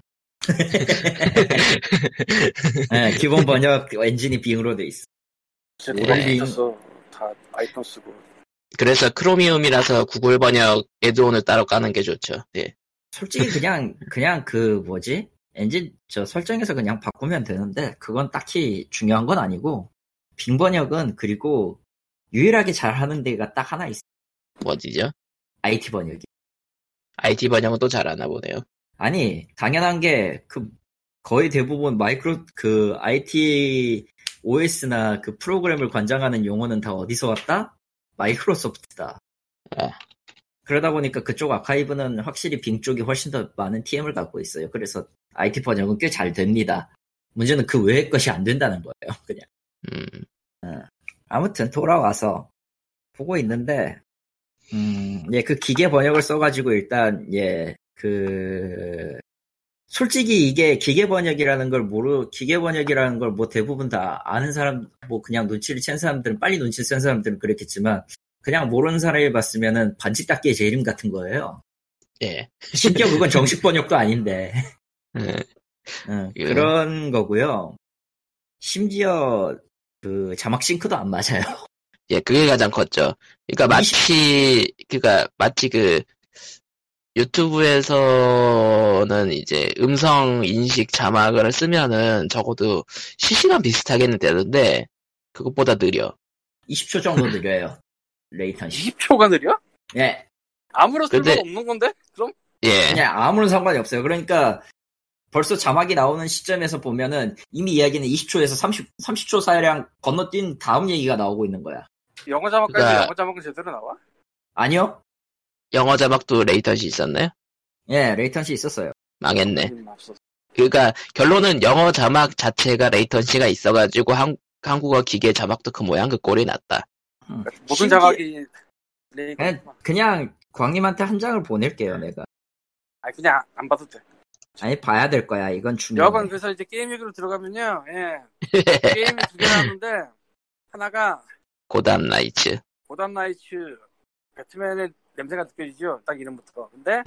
Speaker 2: 예, 기본 번역 엔진이 빙으로 돼 있어.
Speaker 3: 제
Speaker 1: 네.
Speaker 2: 예.
Speaker 3: 돈이 있어서 다 아이폰 쓰고
Speaker 1: 그래서 크로미움이라서 구글 번역 애드온을 따로 까는 게 좋죠. 예.
Speaker 2: 솔직히 그냥 그냥 그 뭐지 엔진 저 설정에서 그냥 바꾸면 되는데 그건 딱히 중요한 건 아니고 빙 번역은 그리고 유일하게 잘하는 데가 딱 하나 있어
Speaker 1: 뭐지죠?
Speaker 2: IT 번역이
Speaker 1: IT 번역은 또 잘하나 보네요.
Speaker 2: 아니 당연한 게 그 거의 대부분 마이크로 그 IT OS나 그 프로그램을 관장하는 용어는 다 어디서 왔다 마이크로소프트다
Speaker 1: 아.
Speaker 2: 그러다 보니까 그쪽 아카이브는 확실히 빙 쪽이 훨씬 더 많은 TM을 갖고 있어요. 그래서 IT 번역은 꽤 잘 됩니다. 문제는 그 외의 것이 안 된다는 거예요. 그냥.
Speaker 1: 음,
Speaker 2: 아무튼 돌아와서 보고 있는데, 음, 예, 그 기계 번역을 써가지고 일단, 예, 그, 솔직히 이게 기계 번역이라는 걸 모르, 기계 번역이라는 걸 뭐 대부분 다 아는 사람, 뭐 그냥 눈치를 챈 사람들은, 빨리 눈치를 챈 사람들은 그랬겠지만, 그냥 모르는 사람이 봤으면은 반지 닦기의 제 이름 같은 거예요.
Speaker 1: 예.
Speaker 2: 심지어 그건 정식 번역도 아닌데. 음.
Speaker 1: 예.
Speaker 2: 응,
Speaker 1: 예.
Speaker 2: 그런 거고요. 심지어 그 자막 싱크도 안 맞아요.
Speaker 1: 예, 그게 가장 컸죠. 그러니까 마치 그니까 마치 그 유튜브에서는 이제 음성 인식 자막을 쓰면은 적어도 실시간 비슷하게는 되는데 그것보다 느려.
Speaker 2: 20초 정도 느려요. 레이턴시.
Speaker 3: 20초가 느려?
Speaker 2: 예.
Speaker 3: 아무런 쓸모가
Speaker 1: 근데-
Speaker 3: 없는 건데? 그럼
Speaker 1: 예.
Speaker 2: 그냥 아무런 상관이 없어요. 그러니까 벌써 자막이 나오는 시점에서 보면은 이미 이야기는 20초에서 30, 30초 사이랑 건너뛴 다음 얘기가 나오고 있는 거야.
Speaker 3: 영어 자막까지
Speaker 1: 그러니까-
Speaker 3: 영어 자막은 제대로 나와?
Speaker 2: 아니요?
Speaker 1: 영어 자막도 레이턴시 있었나요?
Speaker 2: 예, 레이턴시 있었어요.
Speaker 1: 망했네.
Speaker 3: 음, 없어.
Speaker 1: 그러니까 결론은 영어 자막 자체가 레이턴시가 있어가지고 한, 한국어 기계 자막도 그 모양 그 꼴이 났다.
Speaker 2: 음.
Speaker 3: 모든
Speaker 2: 신기해.
Speaker 3: 자각이 레이가
Speaker 2: 그냥, 그냥 광님한테 한 장을 보낼게요 내가
Speaker 3: 아 그냥 안 봐도 돼.
Speaker 2: 아니 봐야 될 거야 이건
Speaker 1: 네.
Speaker 2: 중요해
Speaker 3: 여하간 그래서 이제 게임 얘기로 들어가면요. 예. 게임이 두 개나 하는데 하나가
Speaker 1: 고담 라이츠.
Speaker 3: 고담 나이츠 배트맨의 냄새가 느껴지죠. 딱 이름부터. 근데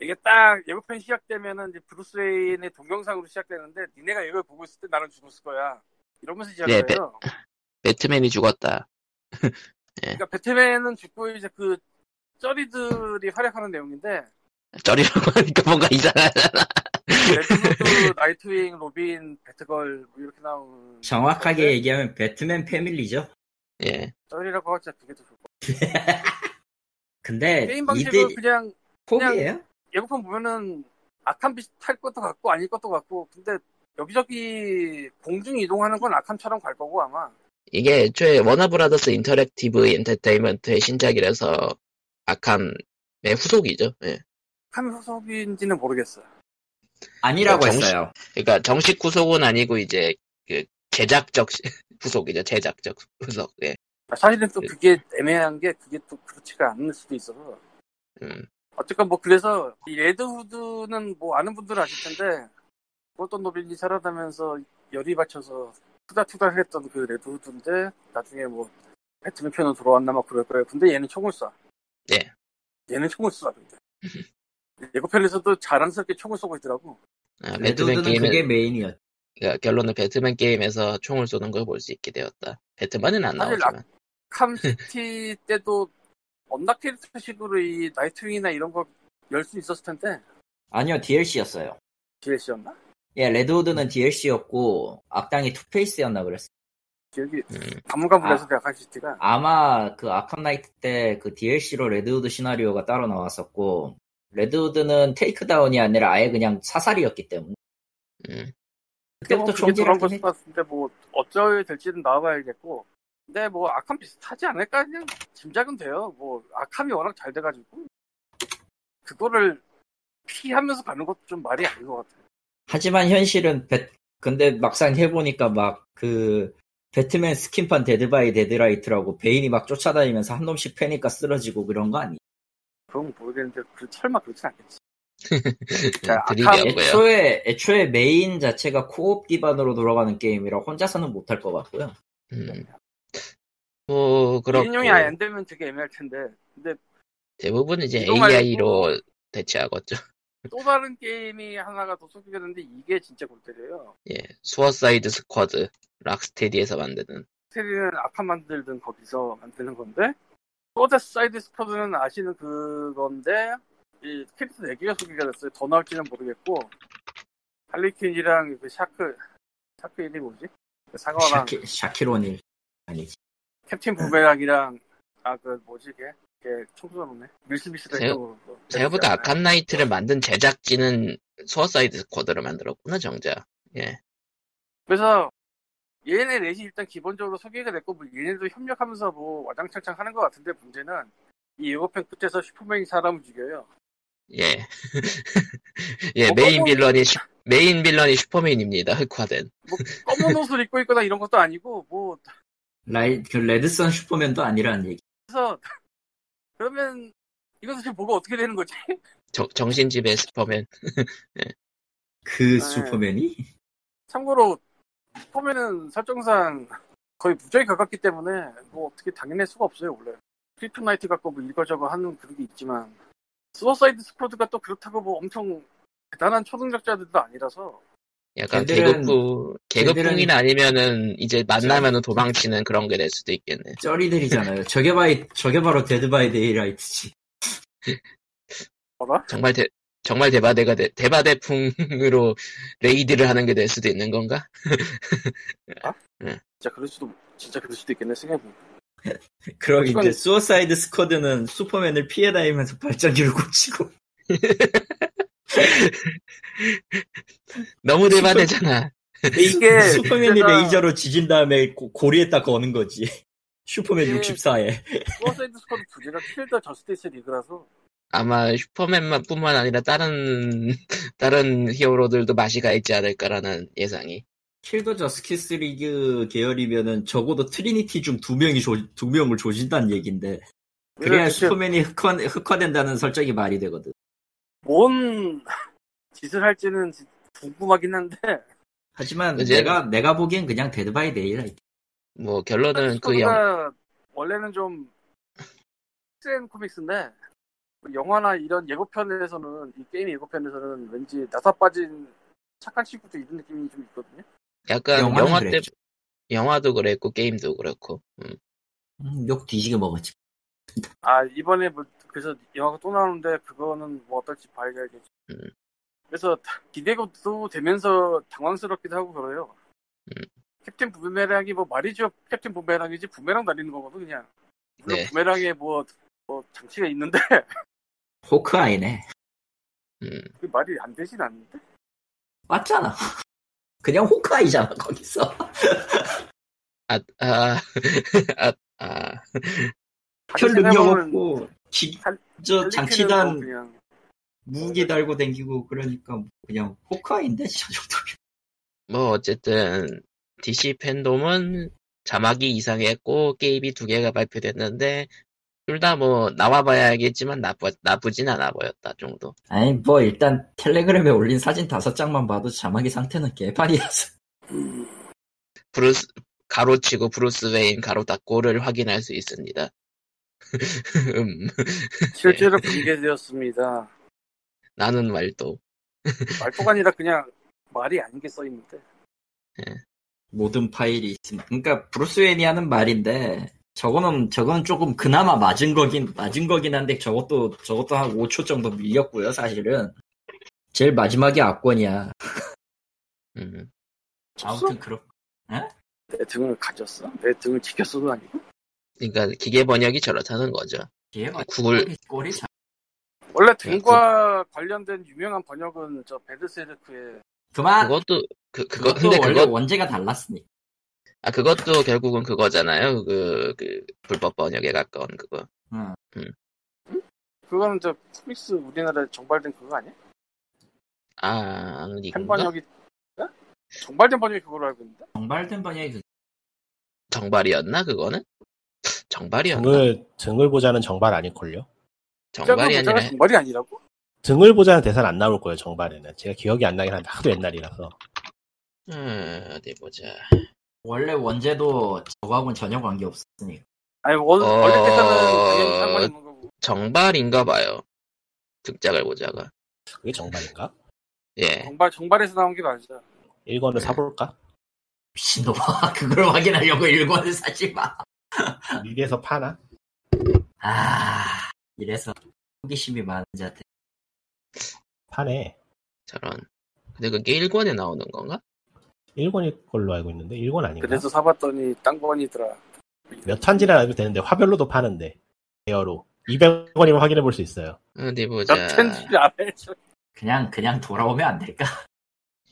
Speaker 3: 이게 딱 예고편 시작되면은 이제 브루스 웨인의 동영상으로 시작되는데 니네가 이걸 보고 있을 때 나는 죽었을 거야. 이러면서 시작해요.
Speaker 1: 네, 배- 배트맨이 죽었다.
Speaker 3: 그러니까 배트맨은 죽고 이제 그 쩌리들이 활약하는 내용인데
Speaker 1: 쩌리라고 하니까 뭔가 이상하잖아.
Speaker 3: 레드무드, 나이트윙, 로빈, 배트걸 뭐 이렇게 나오는
Speaker 2: 정확하게 얘기하면 배트맨 패밀리죠
Speaker 1: 예.
Speaker 3: 쩌리라고 하자 그게 더 좋고
Speaker 2: 근데
Speaker 3: 게임 방식은
Speaker 2: 네, 이들이
Speaker 3: 그냥
Speaker 2: 포기해요?
Speaker 3: 예고편 보면은 아캄 비슷할 것도 같고 아닐 것도 같고 근데 여기저기 공중 이동하는 건 아캄처럼 갈 거고 아마
Speaker 1: 이게 애초에 워너브라더스 인터랙티브 엔터테인먼트의 신작이라서 아캄의 후속이죠. 예.
Speaker 3: 아캄이 후속인지는 모르겠어
Speaker 2: 아니라고
Speaker 1: 정식-
Speaker 2: 했어요
Speaker 1: 그러니까 정식 후속은 아니고 이제 그 제작적 시- 후속이죠. 제작적 후속. 예.
Speaker 3: 사실은 또
Speaker 1: 네.
Speaker 3: 그게 애매한 게 그게 또 그렇지가 않을 수도 있어서
Speaker 1: 음.
Speaker 3: 어쨌건 뭐 그래서 이 레드후드는 뭐 아는 분들은 아실 텐데 볼던 노빌이 살아나면서 열이 받쳐서 투닥투닥 했던 그 레드후드인데 나중에 뭐 배트맨 편으로 돌아왔나 막 그럴 거예요. 근데 얘는 총을 쏴.
Speaker 1: 예.
Speaker 3: 얘는 총을 쏴. 근데. 예고편에서도 자랑스럽게 총을 쏘고 있더라고.
Speaker 1: 아, 배트맨
Speaker 2: 레드우드는
Speaker 1: 게임은
Speaker 2: 그게 메인이었죠
Speaker 1: 그러니까 결론은 배트맨 게임에서 총을 쏘는 걸 볼 수 있게 되었다. 배트만은 안
Speaker 3: 사실
Speaker 1: 나오지만.
Speaker 3: 캄시티 때도 언나 캐릭터식으로 이 나이트윙이나 이런 거 열 수 있었을 텐데
Speaker 2: 아니요 DLC였어요
Speaker 3: DLC였나?
Speaker 2: 예 레드우드는 DLC였고 악당이 투페이스였나 그랬어요
Speaker 3: 기억이
Speaker 1: 음.
Speaker 3: 가물가물해서
Speaker 2: 아.
Speaker 3: 내가 캄시티가
Speaker 2: 아마 그 아캄 나이트 때 그 DLC로 레드우드 시나리오가 따로 나왔었고 레드우드는 테이크다운이 아니라 아예 그냥 사살이었기 때문에
Speaker 1: 음.
Speaker 2: 그때부터
Speaker 3: 어, 그게 그런
Speaker 2: 총질하긴
Speaker 3: 것을
Speaker 2: 해.
Speaker 3: 봤는데 뭐 어쩌야 될지는 나와봐야겠고 근데 뭐 아캄 비슷하지 않을까 그냥 짐작은 돼요 뭐 아캄이 워낙 잘 돼가지고 그거를 피하면서 가는 것도 좀 말이 아닌 것 같아요
Speaker 2: 하지만 현실은 배- 근데 막상 해보니까 막 그 배트맨 스킨판 데드 바이 데드라이트라고 베인이 막 쫓아다니면서 한 놈씩 패니까 쓰러지고 그런 거 아니?
Speaker 3: 그건 모르겠는데 그- 설마 그렇진 않겠지 자,
Speaker 1: 드립이
Speaker 3: 아캄
Speaker 1: 없고요.
Speaker 2: 애초에 애초에 메인 자체가 코옵 기반으로 돌아가는 게임이라 혼자서는 못할 것 같고요.
Speaker 1: 음. 뭐 그렇고
Speaker 3: 1인용이 아예 안 되면 되게 애매할 텐데 근데
Speaker 1: 대부분 이제
Speaker 3: 이동할
Speaker 1: AI로 대체하고 있죠.
Speaker 3: 또 다른 게임이 하나가 더 소개가 됐는데 이게 진짜 골때려요
Speaker 1: 예, 수어사이드 스쿼드 락스테디에서 만드는
Speaker 3: 스테리는 아캄 만들든 거기서 만드는 건데 소데 사이드 스쿼드는 아시는 그건데 이 캐릭터 4개가 소개가 됐어요 더 나올지는 모르겠고 할리퀸이랑 그 샤크 샤크 이름이 뭐지? 그 사과랑
Speaker 2: 샤키 샤키로닐 아니지.
Speaker 3: 캡틴 부메랑이랑 아 그 뭐지 걔? 걔 청소년이네 밀스미스랑 뭐
Speaker 1: 세- 생각보다 아칸 나이트를 만든 제작진은 수어사이드 스쿼드를 만들었구나 정작 예
Speaker 3: 그래서 얘네 넷이 일단 기본적으로 소개가 됐고 뭐 얘네도 협력하면서 뭐 와장창창 하는 것 같은데 문제는 이 예고편 끝에서 슈퍼맨이 사람을 죽여요
Speaker 1: 예. 예,
Speaker 2: 뭐
Speaker 3: 어,
Speaker 1: 메인
Speaker 3: 어,
Speaker 1: 빌런이 슈- 메인 빌런이 슈퍼맨입니다. 흑화된.
Speaker 3: 검은 옷을 입고 있거나 이런 것도 아니고 뭐
Speaker 2: 라이 그 레드선 슈퍼맨도 아니라는 얘기.
Speaker 3: 그래서 그러면 이거 도대체 뭐가 어떻게 되는 거지?
Speaker 1: 정- 정신집의 슈퍼맨.
Speaker 2: 그 슈퍼맨이?
Speaker 3: 참고로 슈퍼맨은 설정상 거의 무적에 가깝기 때문에 뭐 어떻게 당연할 수가 없어요 원래 크리프나이트 갖고 뭐 이거저거 하는 그런 게 있지만 수어사이드 스쿼드가 또 그렇다고 뭐 엄청 대단한 초능력자들도 아니라서
Speaker 1: 약간
Speaker 2: 걔들은-
Speaker 1: 개그풍 개그풍이나 아니면은 이제 만나면은 도망치는 그런 게 될 수도 있겠네.
Speaker 2: 쩌리들이잖아요. 저게 바이, 저게 바로 데드 바이 데이라이트지.
Speaker 3: 뭐라?
Speaker 1: 정말 대 정말 대바대가 돼- 대바대풍으로 레이드를 하는 게 될 수도 있는 건가?
Speaker 3: 진짜 그럴 수도 진짜 그럴 수도 있겠네 생각해보면
Speaker 2: 그러기
Speaker 3: 그건-
Speaker 2: 이제 수어사이드 스쿼드는 슈퍼맨을 피해 다니면서 발전기를 고치고
Speaker 1: 너무 대바대잖아.
Speaker 3: 이게
Speaker 2: 슈퍼맨이
Speaker 3: 제가-
Speaker 2: 레이저로 지진 다음에 고, 리에딱 거는 거지. 슈퍼맨
Speaker 3: 이게-
Speaker 2: 64에.
Speaker 3: 수어사이드 스쿼드 부제가 필더 저스티스 리그라서
Speaker 1: 아마 슈퍼맨뿐만 아니라 다른 다른 히어로들도 맛이 가 있지 않을까라는 예상이.
Speaker 2: 킬더 저스키스 리그 계열이면은 적어도 트리니티 중 두 명이 조, 두 명을 조진다는 얘긴데 그래야
Speaker 3: 이렇게
Speaker 2: 슈퍼맨이 흑화, 흑화된다는 설정이 말이 되거든.
Speaker 3: 뭔 짓을 할지는 지- 궁금하긴 한데
Speaker 2: 하지만
Speaker 1: 이제-
Speaker 2: 내가 내가 보기엔 그냥 데드 바이 데일라이트.
Speaker 1: 뭐 결론은 그 영,
Speaker 3: 스토리가 원래는 좀 센 코믹스인데 영화나 이런 예고편에서는 이 게임 예고편에서는 왠지 나사 빠진 착한 친구도 이런 느낌이 좀 있거든요.
Speaker 1: 약간
Speaker 2: 영화는
Speaker 1: 영화 때
Speaker 2: 그랬죠.
Speaker 1: 영화도 그랬고 게임도 그렇고 음.
Speaker 2: 음, 욕 뒤지게 먹었지.
Speaker 3: 아 이번에 뭐 그래서 영화가 또 나오는데 그거는 뭐 어떨지 봐야겠지.
Speaker 1: 음.
Speaker 3: 그래서 기대도 되면서 당황스럽기도 하고 그래요.
Speaker 1: 음.
Speaker 3: 캡틴 부메랑이 뭐 말이죠 캡틴인 부메랑이지 부메랑 날리는 거거든 그냥. 물론
Speaker 1: 네.
Speaker 3: 부메랑에 뭐, 뭐 장치가 있는데
Speaker 2: 호크아이네.
Speaker 1: 음.
Speaker 3: 그 말이 안 되진 않는데.
Speaker 2: 맞잖아. 그냥 호크아이잖아 거기서.
Speaker 1: 아, 아, 아, 아,
Speaker 2: 별
Speaker 3: 다시
Speaker 2: 능력
Speaker 3: 생각해보면
Speaker 2: 없고 기-
Speaker 3: 달-
Speaker 2: 저
Speaker 3: 헬리퀸은 뭐
Speaker 2: 장치단
Speaker 3: 그냥
Speaker 2: 무기 달고 댕기고 그러니까 그냥 호크아이인데 저 정도면.
Speaker 1: 뭐 어쨌든 DC 팬덤은 자막이 이상했고 게임이 두 개가 발표됐는데 둘 다 뭐 나와봐야 알겠지만 나쁘 나쁘진 않아 보였다 정도.
Speaker 2: 아니 뭐 일단 텔레그램에 올린 사진 다섯 장만 봐도 자막이 상태는 개판이라서. 음.
Speaker 1: 브루스 가로치고 브루스 웨인 가로 닫고를 확인할 수 있습니다. 음,
Speaker 3: 실제로
Speaker 2: 네.
Speaker 3: 공개되었습니다.
Speaker 1: 나는 말도
Speaker 3: 말도가 아니라 그냥 말이 아닌 게 써있는데.
Speaker 2: 모든 파일이 있습니다. 그러니까 브루스 웨인이 하는 말인데 저거는 저건 조금 그나마 맞은 거긴 맞은 거긴 한데 저것도 저것도 한 5초 정도 밀렸고요 사실은 제일 마지막이 악권이야.
Speaker 1: 음,
Speaker 2: 아무튼 그렇.
Speaker 3: 내 등을 가졌어? 내 등을 지켰어도 아니고?
Speaker 1: 그러니까 기계 번역이 저렇다는 거죠. 아,
Speaker 2: 얘가
Speaker 1: 구글
Speaker 2: 꼬리 잘. 네,
Speaker 3: 원래 등과 관련된 유명한 번역은 저 베르세르크의
Speaker 2: 그만.
Speaker 1: 그것도 그 그거
Speaker 2: 아, 그것도
Speaker 1: 근데
Speaker 2: 원래
Speaker 1: 그거
Speaker 2: 원제가 달랐으니.
Speaker 1: 아 그것도 결국은 그거잖아요. 그, 그 불법 번역에 가까운 그거.
Speaker 2: 응.
Speaker 3: 그거는 저 코믹스 우리나라에 정발된 그거 아니야?
Speaker 1: 아, 이건가?
Speaker 3: 팬번역이 어? 정발된 번역이 그걸로 알고 있는데?
Speaker 2: 정발된 번역이 그-
Speaker 1: 정발이었나 그거는? 정발이었나?
Speaker 4: 등을 등을 보자는 정발 아닐걸요?
Speaker 2: 어,
Speaker 1: 정발이
Speaker 3: 시작은
Speaker 1: 아니라
Speaker 3: 모자가 정발이 아니라고?
Speaker 4: 등을 보자는 대사는 안 나올 거예요 정발에는. 제가 기억이 안 나긴 한데 하도 옛날이라서.
Speaker 1: 음, 어디 보자.
Speaker 2: 원래 원제도 저거하고는 전혀 관계 없었으니.
Speaker 3: 아니 원,
Speaker 1: 어.
Speaker 3: 원래 때서는 당연히 상관
Speaker 2: 네.
Speaker 3: 있는 거고
Speaker 1: 정발인가 봐요. 등짝을 보자가.
Speaker 4: 그게 정발인가?
Speaker 1: 예.
Speaker 3: 정발, 정발에서 나온 게 맞아 네.
Speaker 4: 일권을 사볼까?
Speaker 2: 미친놈아 그걸 확인하려고 일권을 사지 마.
Speaker 4: 미래에서 파나?
Speaker 2: 아 이래서 호기심이 많은 자들.
Speaker 4: 파네.
Speaker 1: 저런. 근데 그게 1권에 나오는 건가?
Speaker 4: 일권일 걸로 알고 있는데 일권 아닌가?
Speaker 3: 그래서 사봤더니 딴 거니더라
Speaker 4: 몇 탄지는 알면 되는데 화별로도 파는데 대여로 200원이면 확인해 볼 수 있어요.
Speaker 1: 어디 보자.
Speaker 3: 몇 텐지 알아야죠
Speaker 2: 그냥 그냥 돌아오면 안 될까?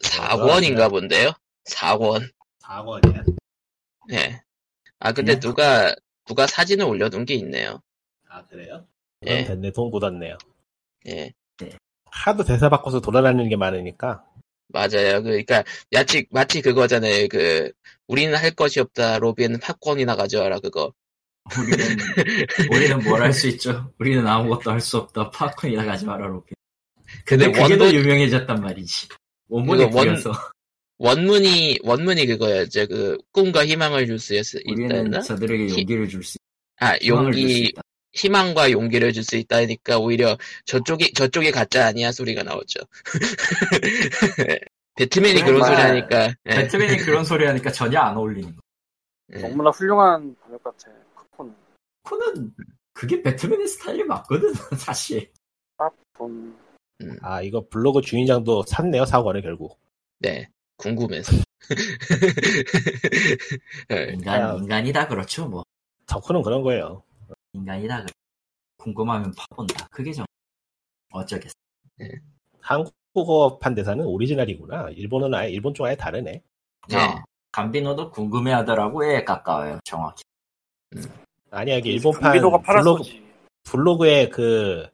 Speaker 1: 4권인가 본데요? 4권.
Speaker 4: 4권이야.
Speaker 1: 예. 아, 근데
Speaker 2: 그냥-
Speaker 1: 누가, 누가 사진을 올려둔 게 있네요.
Speaker 4: 아 그래요?
Speaker 1: 예.
Speaker 4: 예. 됐네 돈 굳었네요.
Speaker 1: 예.
Speaker 4: 하도 대사 바꿔서 돌아다니는 게 많으니까
Speaker 1: 맞아요. 그러니까 마치 마치 그거잖아요. 그 우리는 할 것이 없다. 로비에는 팝콘이나 가져와라 그거.
Speaker 2: 우리는 음, 우리는 뭘 할 수 있죠? 우리는 아무것도 할 수 없다. 팝콘이나 가지 마라 로피. 근데 그게
Speaker 1: 원본-
Speaker 2: 더 유명해졌단 말이지. 원문이
Speaker 1: 이거 그러니까 원-
Speaker 2: 부여서
Speaker 1: 원문이 원문이 그거였죠. 그 꿈과 희망을 줄 수
Speaker 2: 우리는
Speaker 1: 있다였나?
Speaker 2: 저들에게 용기를 줄 수,
Speaker 1: 아
Speaker 2: 희망을 줄수
Speaker 1: 용기
Speaker 2: 있다.
Speaker 1: 희망과 용기를 줄 수 있다니까 오히려 저쪽이 저쪽이 가짜 아니야 소리가 나오죠. 네. 배트맨이 그런
Speaker 2: 정말
Speaker 1: 소리 하니까 예,
Speaker 2: 배트맨이 그런 소리 하니까 전혀 안 어울리는 거.
Speaker 1: 예.
Speaker 3: 너무나 훌륭한 번역 같아 쿠폰
Speaker 2: 코는 그게 배트맨의 스타일이 맞거든 사실.
Speaker 3: 돈
Speaker 4: 아 이거 블로그 주인장도 샀네요 4권을 결국.
Speaker 1: 네 궁금해서. 예.
Speaker 2: 인간
Speaker 4: 아.
Speaker 2: 인간이다 그렇죠 뭐
Speaker 4: 덕후는 그런 거예요.
Speaker 2: 인간이다 그래. 궁금하면 파본다. 그게 정. 어쩌겠어.
Speaker 4: 한국어판 대사는 오리지널이구나. 일본은 아예 일본 쪽 아예 다르네.
Speaker 1: 예.
Speaker 2: 어, 감비노도 궁금해하더라고에 가까워요 정확히.
Speaker 4: 아니야 이게 일본판
Speaker 3: 강비도가
Speaker 4: 블로그
Speaker 3: 팔았었지
Speaker 4: 블로그에 그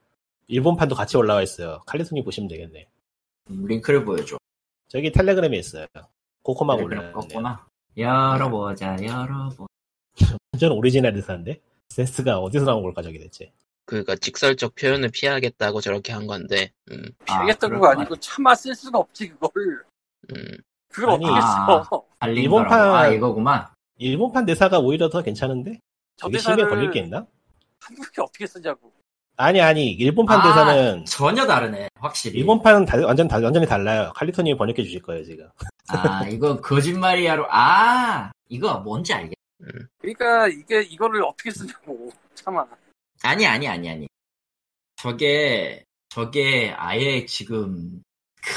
Speaker 4: 일본판도 같이 올라와 있어요. 칼리토니 보시면 되겠네.
Speaker 2: 음, 링크를 보여줘.
Speaker 4: 저기 텔레그램에 있어요. 코코마
Speaker 2: 레벨업
Speaker 4: 올려야
Speaker 2: 껐구나. 열어보자, 열어보.
Speaker 4: 완전 오리지널 리사인데 센스가 어디서 나온 걸까 저게 대체
Speaker 1: 그러니까 직설적 표현을 피하겠다고 저렇게 한 건데, 음,
Speaker 2: 아,
Speaker 3: 피하겠다는
Speaker 2: 그럴
Speaker 3: 거
Speaker 2: 것
Speaker 3: 아니고 참아 쓸 수가 없지 그걸
Speaker 1: 음.
Speaker 3: 그걸
Speaker 4: 아니,
Speaker 3: 어떻게
Speaker 2: 아.
Speaker 3: 써
Speaker 2: 달린
Speaker 4: 일본판-
Speaker 2: 거라고. 아, 이거구만.
Speaker 4: 일본판 대사가 오히려 더 괜찮은데
Speaker 3: 저
Speaker 4: 이게 심에
Speaker 3: 대사를
Speaker 4: 걸릴 게 있나?
Speaker 3: 한국에 어떻게 쓰냐고
Speaker 4: 아니 아니 일본판
Speaker 2: 아.
Speaker 4: 대사는
Speaker 2: 전혀 다르네, 확실히.
Speaker 4: 일본판은 다- 완전 다- 완전히 달라요 칼리토님이 번역해 주실 거예요 지금
Speaker 2: 아, 이거 거짓말이야로. 아, 이거 뭔지 알겠.
Speaker 3: 그러니까 이게 이거를 어떻게 쓰냐고 참아
Speaker 2: 아니, 아니, 아니, 아니. 저게, 저게 아예 지금, 크,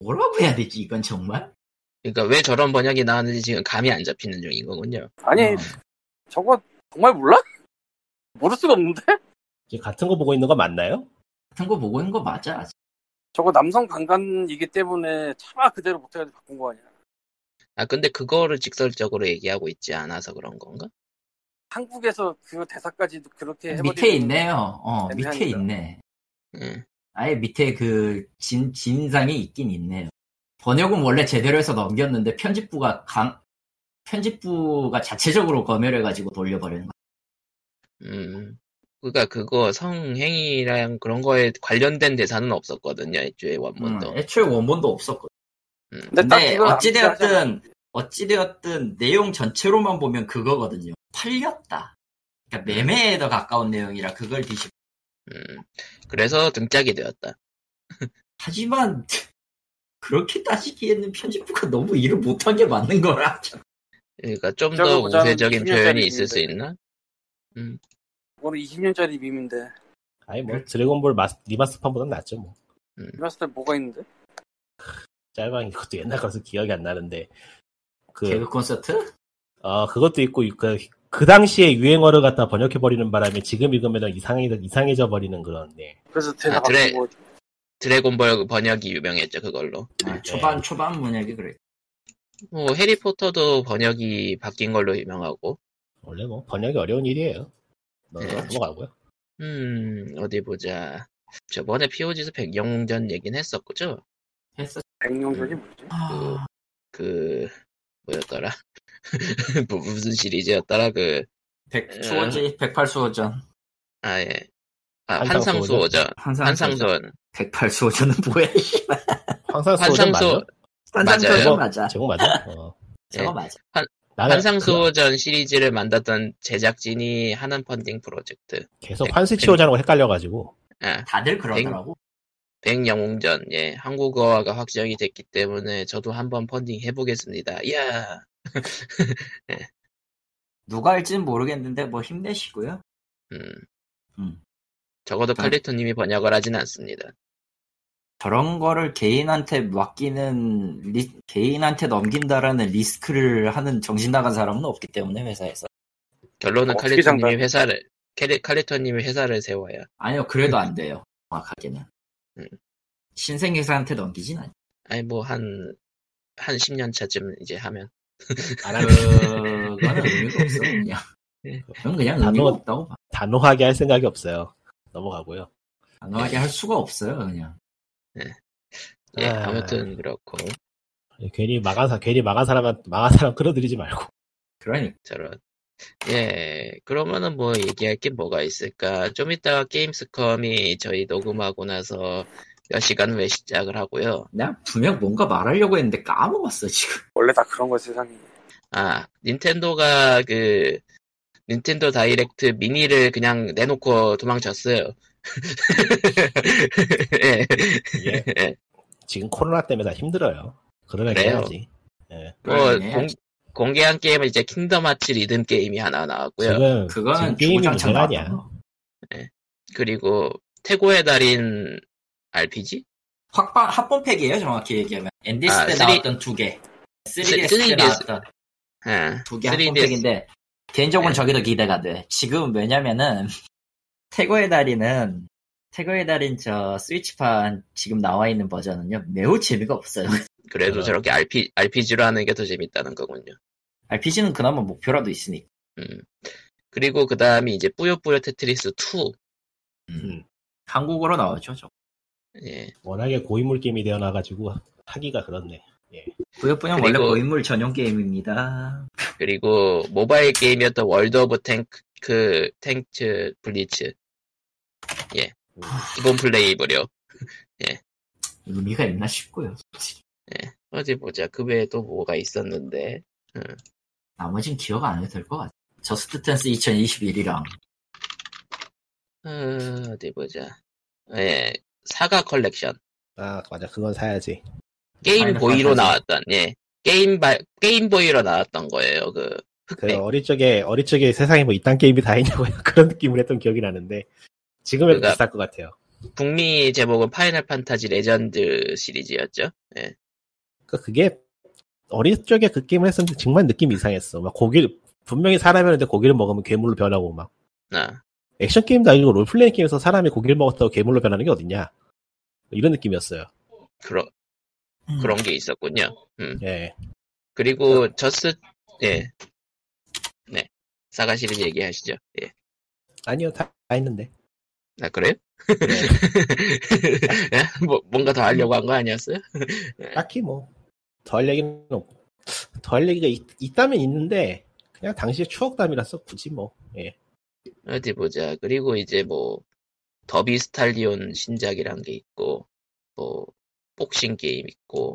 Speaker 2: 뭐라고 해야 되지, 이건 정말?
Speaker 1: 그러니까 왜 저런 번역이 나왔는지 지금 감이 안 잡히는 중인 거군요.
Speaker 3: 아니
Speaker 4: 음.
Speaker 2: 어.
Speaker 3: 저거 정말 몰라? 모를 수가 없는데?
Speaker 4: 지금 같은 거 보고 있는 거 맞나요?
Speaker 2: 같은 거 보고 있는 거 맞아? 아직?
Speaker 3: 저거 남성 강간이기 때문에 차마 그대로 못해가지고 바꾼 거 아니야
Speaker 1: 아, 근데 그거를 직설적으로 얘기하고 있지 않아서 그런 건가?
Speaker 3: 한국에서 그 대사까지도 그렇게 네, 해버리면
Speaker 2: 밑에 있네요. 어, 밑에
Speaker 3: 애매하니까.
Speaker 2: 있네.
Speaker 1: 음.
Speaker 2: 아예 밑에 그, 진, 진상이 있긴 있네요. 번역은 원래 제대로 해서 넘겼는데, 편집부가 강, 편집부가 자체적으로 검열해가지고 돌려버리는 거야.
Speaker 1: 음. 그러니까 그거 성행위랑 그런 거에 관련된 대사는 없었거든요. 애초에 원문도.
Speaker 2: 음,
Speaker 3: 네.
Speaker 2: 애초에 원본도 없었고.
Speaker 1: 음.
Speaker 3: 근데 딱
Speaker 2: 근데
Speaker 3: 이건 암시하잖아.
Speaker 2: 어찌되었든 어찌되었든 내용 전체로만 보면 그거거든요. 팔렸다. 그러니까 매매에 더 가까운 내용이라 그걸 뒤집.
Speaker 1: 음. 그래서 등짝이 되었다.
Speaker 2: 하지만 그렇게 따지기에는 편집부가 너무 일을 못한 게 맞는 거라.
Speaker 1: 그러니까 좀 더
Speaker 3: 등짝을 보자면
Speaker 1: 우세적인
Speaker 3: 20년
Speaker 1: 표현이
Speaker 3: 짜리
Speaker 1: 있을 수
Speaker 3: 밈인데.
Speaker 1: 있나?
Speaker 3: 오늘 20년짜리 밈인데
Speaker 4: 아니 뭐 드래곤볼 마스, 리마스판보단 낫죠 뭐
Speaker 3: 이봤을 때 뭐가 있는데?
Speaker 4: 짤방 이것도 옛날 거라서 기억이 안 나는데 그,
Speaker 2: 개그 콘서트?
Speaker 4: 어, 그것도 있고 그, 그 당시에 유행어를 갖다 번역해 버리는 바람에 지금 읽으면 이상해 이상해져 버리는 그런 네.
Speaker 3: 그래서 대사
Speaker 1: 아, 드레-
Speaker 3: 바꾼 거
Speaker 1: 드래곤볼 번역이 유명했죠, 그걸로.
Speaker 2: 아, 초반 초반 문역이 그래.
Speaker 1: 뭐 해리포터도 번역이 바뀐 걸로 유명하고.
Speaker 4: 원래 뭐 번역이 어려운 일이에요. 너
Speaker 1: 네.
Speaker 4: 넘어가고요.
Speaker 1: 음, 어디 보자. 저번에 POG에서 백영웅전 얘긴 했었죠?
Speaker 2: 했어.
Speaker 3: 백룡전이 뭐지?
Speaker 2: 아,
Speaker 1: 그, 뭐였더라? 뭐, 무슨 시리즈였더라? 그,
Speaker 2: 100 수호지, 108 수호전.
Speaker 1: 아, 예. 아,
Speaker 4: 한상수호죠?
Speaker 1: 한상수호전. 한상수원.
Speaker 2: 108 수호전은 뭐야?
Speaker 4: 황산수 전
Speaker 1: 한상수,
Speaker 4: 맞아?
Speaker 1: 맞아요. 예.
Speaker 2: 한상수호전 맞아.
Speaker 4: 제목 맞아? 어.
Speaker 2: 저거 맞아.
Speaker 4: 나는 그거
Speaker 1: 한상수호전 시리즈를 만났던 제작진이 하는 펀딩 프로젝트.
Speaker 4: 계속 환수치호자라고 헷갈려가지고
Speaker 1: 아,
Speaker 2: 다들 그러더라고.
Speaker 1: 백영웅전. 예. 한국어가 확정이 됐기 때문에 저도 한번 펀딩 해보겠습니다. 이야.
Speaker 2: 누가 할지는 모르겠는데 뭐 힘내시고요.
Speaker 1: 음.
Speaker 2: 음.
Speaker 1: 적어도 칼리토님이 번역을 하진 않습니다.
Speaker 2: 저런 거를 개인한테 맡기는 리- 개인한테 넘긴다라는 리스크를 하는 정신 나간 사람은 없기 때문에 회사에서
Speaker 1: 결론은
Speaker 3: 어떻게
Speaker 1: 칼리토님이
Speaker 3: 장담-
Speaker 1: 회사를, 칼리- 칼리토님이 회사를 세워야.
Speaker 2: 아니요 그래도 안 돼요 정확하게는
Speaker 1: 음.
Speaker 2: 신생 회사한테 넘기진 않죠
Speaker 1: 아니 뭐 한 한 10년 차쯤 이제 하면
Speaker 4: 안 하면
Speaker 2: 그거는 의미가 없어 그냥
Speaker 1: 네.
Speaker 2: 그건 그냥
Speaker 4: 단호-
Speaker 2: 의미가 없다고 봐
Speaker 4: 단호하게 할 생각이 없어요. 넘어가고요.
Speaker 2: 단호하게 할 수가 없어요 그냥
Speaker 1: 예
Speaker 4: 아.
Speaker 1: 아무튼 그렇고
Speaker 4: 예, 괜히 망한 사 괜히 망한 사람 망한 사람 끌어들이지 말고
Speaker 2: 그러니까
Speaker 1: 저런 예 그러면은 뭐 얘기할 게 뭐가 있을까 좀 이따 게임스컴이 저희 녹음하고 나서 몇 시간 후에 시작을 하고요
Speaker 2: 내가 분명 뭔가 말하려고 했는데 까먹었어 지금
Speaker 3: 원래 다 그런 거 세상에
Speaker 1: 아 닌텐도가 그 닌텐도 다이렉트 미니를 그냥 내놓고 도망쳤어요 예.
Speaker 4: 이게 지금 코로나 때문에 다 힘들어요. 그러려니
Speaker 1: 그래요.
Speaker 4: 해야지. 예.
Speaker 1: 뭐
Speaker 2: 네.
Speaker 1: 공, 공개한 게임은 이제 킹덤 하츠 리듬 게임이 하나 나왔고요
Speaker 4: 지금
Speaker 2: 그거는
Speaker 4: 지금 게임이
Speaker 2: 주구장창
Speaker 4: 문제가 아니야.
Speaker 2: 나왔던 거.
Speaker 1: 그리고 태고의 달인 RPG?
Speaker 2: 확방 합본팩이에요 정확히 얘기하면 NDS
Speaker 1: 아,
Speaker 2: 때
Speaker 1: 쓰리-
Speaker 2: 나왔던 두개 3DS 때
Speaker 1: 3DS.
Speaker 2: 나왔던
Speaker 1: 아,
Speaker 2: 두 개
Speaker 1: 3DS.
Speaker 2: 합본팩인데 개인적으로
Speaker 1: 네.
Speaker 2: 는 저기도 기대가 돼. 지금 왜냐면은 태고의 달인은 태고의 달인 저 스위치판 지금 나와 있는 버전은요 매우 재미가 없어요.
Speaker 1: 그래도
Speaker 4: 저런.
Speaker 1: 저렇게 RP, RPG로 하는 게 더 재밌다는 거군요.
Speaker 2: RPG는 그나마 목표라도 있으니까.
Speaker 1: 음. 그리고 그 다음이 이제 뿌요뿌요 테트리스 2.
Speaker 4: 음.
Speaker 2: 한국어로 나오죠. 저.
Speaker 1: 예.
Speaker 4: 워낙에 고인물 게임이 되어나가지고 하기가 그렇네.
Speaker 2: 구역분야
Speaker 1: 그리고-
Speaker 2: 원래 고인물 전용 게임입니다.
Speaker 1: 그리고 모바일 게임이었던 월드 오브 탱크 탱크 블리츠 예
Speaker 4: 음.
Speaker 1: 기본 플레이 무료
Speaker 2: 의미가 있나 싶고요.
Speaker 1: 어디 보자 그 외에 또 뭐가 있었는데
Speaker 2: 나머진 기억 안 해도 될 것 같아. 저스트 댄스 2021이랑
Speaker 1: 어, 어디 보자 예 사과 컬렉션
Speaker 4: 아 맞아 그건 사야지.
Speaker 1: 게임
Speaker 2: 파이널
Speaker 1: 보이로
Speaker 2: 판타지.
Speaker 1: 나왔던 예 게임 바 게임 보이로 나왔던 거예요 그
Speaker 4: 그
Speaker 1: 흑백
Speaker 4: 어릴 적에 어릴 적에 세상에 뭐 이딴 게임이 다 있냐고요 그런 느낌을 했던 기억이 나는데 지금은
Speaker 1: 그러니까-
Speaker 4: 비쌀 것 같아요.
Speaker 1: 북미 제목은 파이널 판타지 레전드 시리즈였죠 예
Speaker 4: 그러니까 그게 어릴 적에 그 게임을 했었는데 정말 느낌이 이상했어. 막 고기를 분명히 사람이었는데 고기를 먹으면 괴물로 변하고 막
Speaker 1: 아,
Speaker 4: 액션 게임도 아니고 롤플레잉 게임에서 사람이 고기를 먹었다고 괴물로 변하는 게 어딨냐 이런 느낌이었어요.
Speaker 1: 그런 그런
Speaker 2: 음.
Speaker 1: 게 있었군요
Speaker 4: 예.
Speaker 1: 그리고 저스 예. 네. 사가 시리즈 얘기하시죠. 예.
Speaker 4: 아니요 다, 다 있는데.
Speaker 1: 아 그래요?
Speaker 4: 네.
Speaker 1: 예? 뭐 뭔가 더 하려고
Speaker 4: 음.
Speaker 1: 한 거 아니었어요?
Speaker 4: 딱히 뭐 더할 얘기는 없고 더할 얘기가 있, 다면 있는데 그냥 당시의 추억담이라서 굳이 뭐 예.
Speaker 1: 어디 보자. 그리고 이제 뭐 더비 스탈리온 신작이란 게 있고 뭐 복싱 게임 있고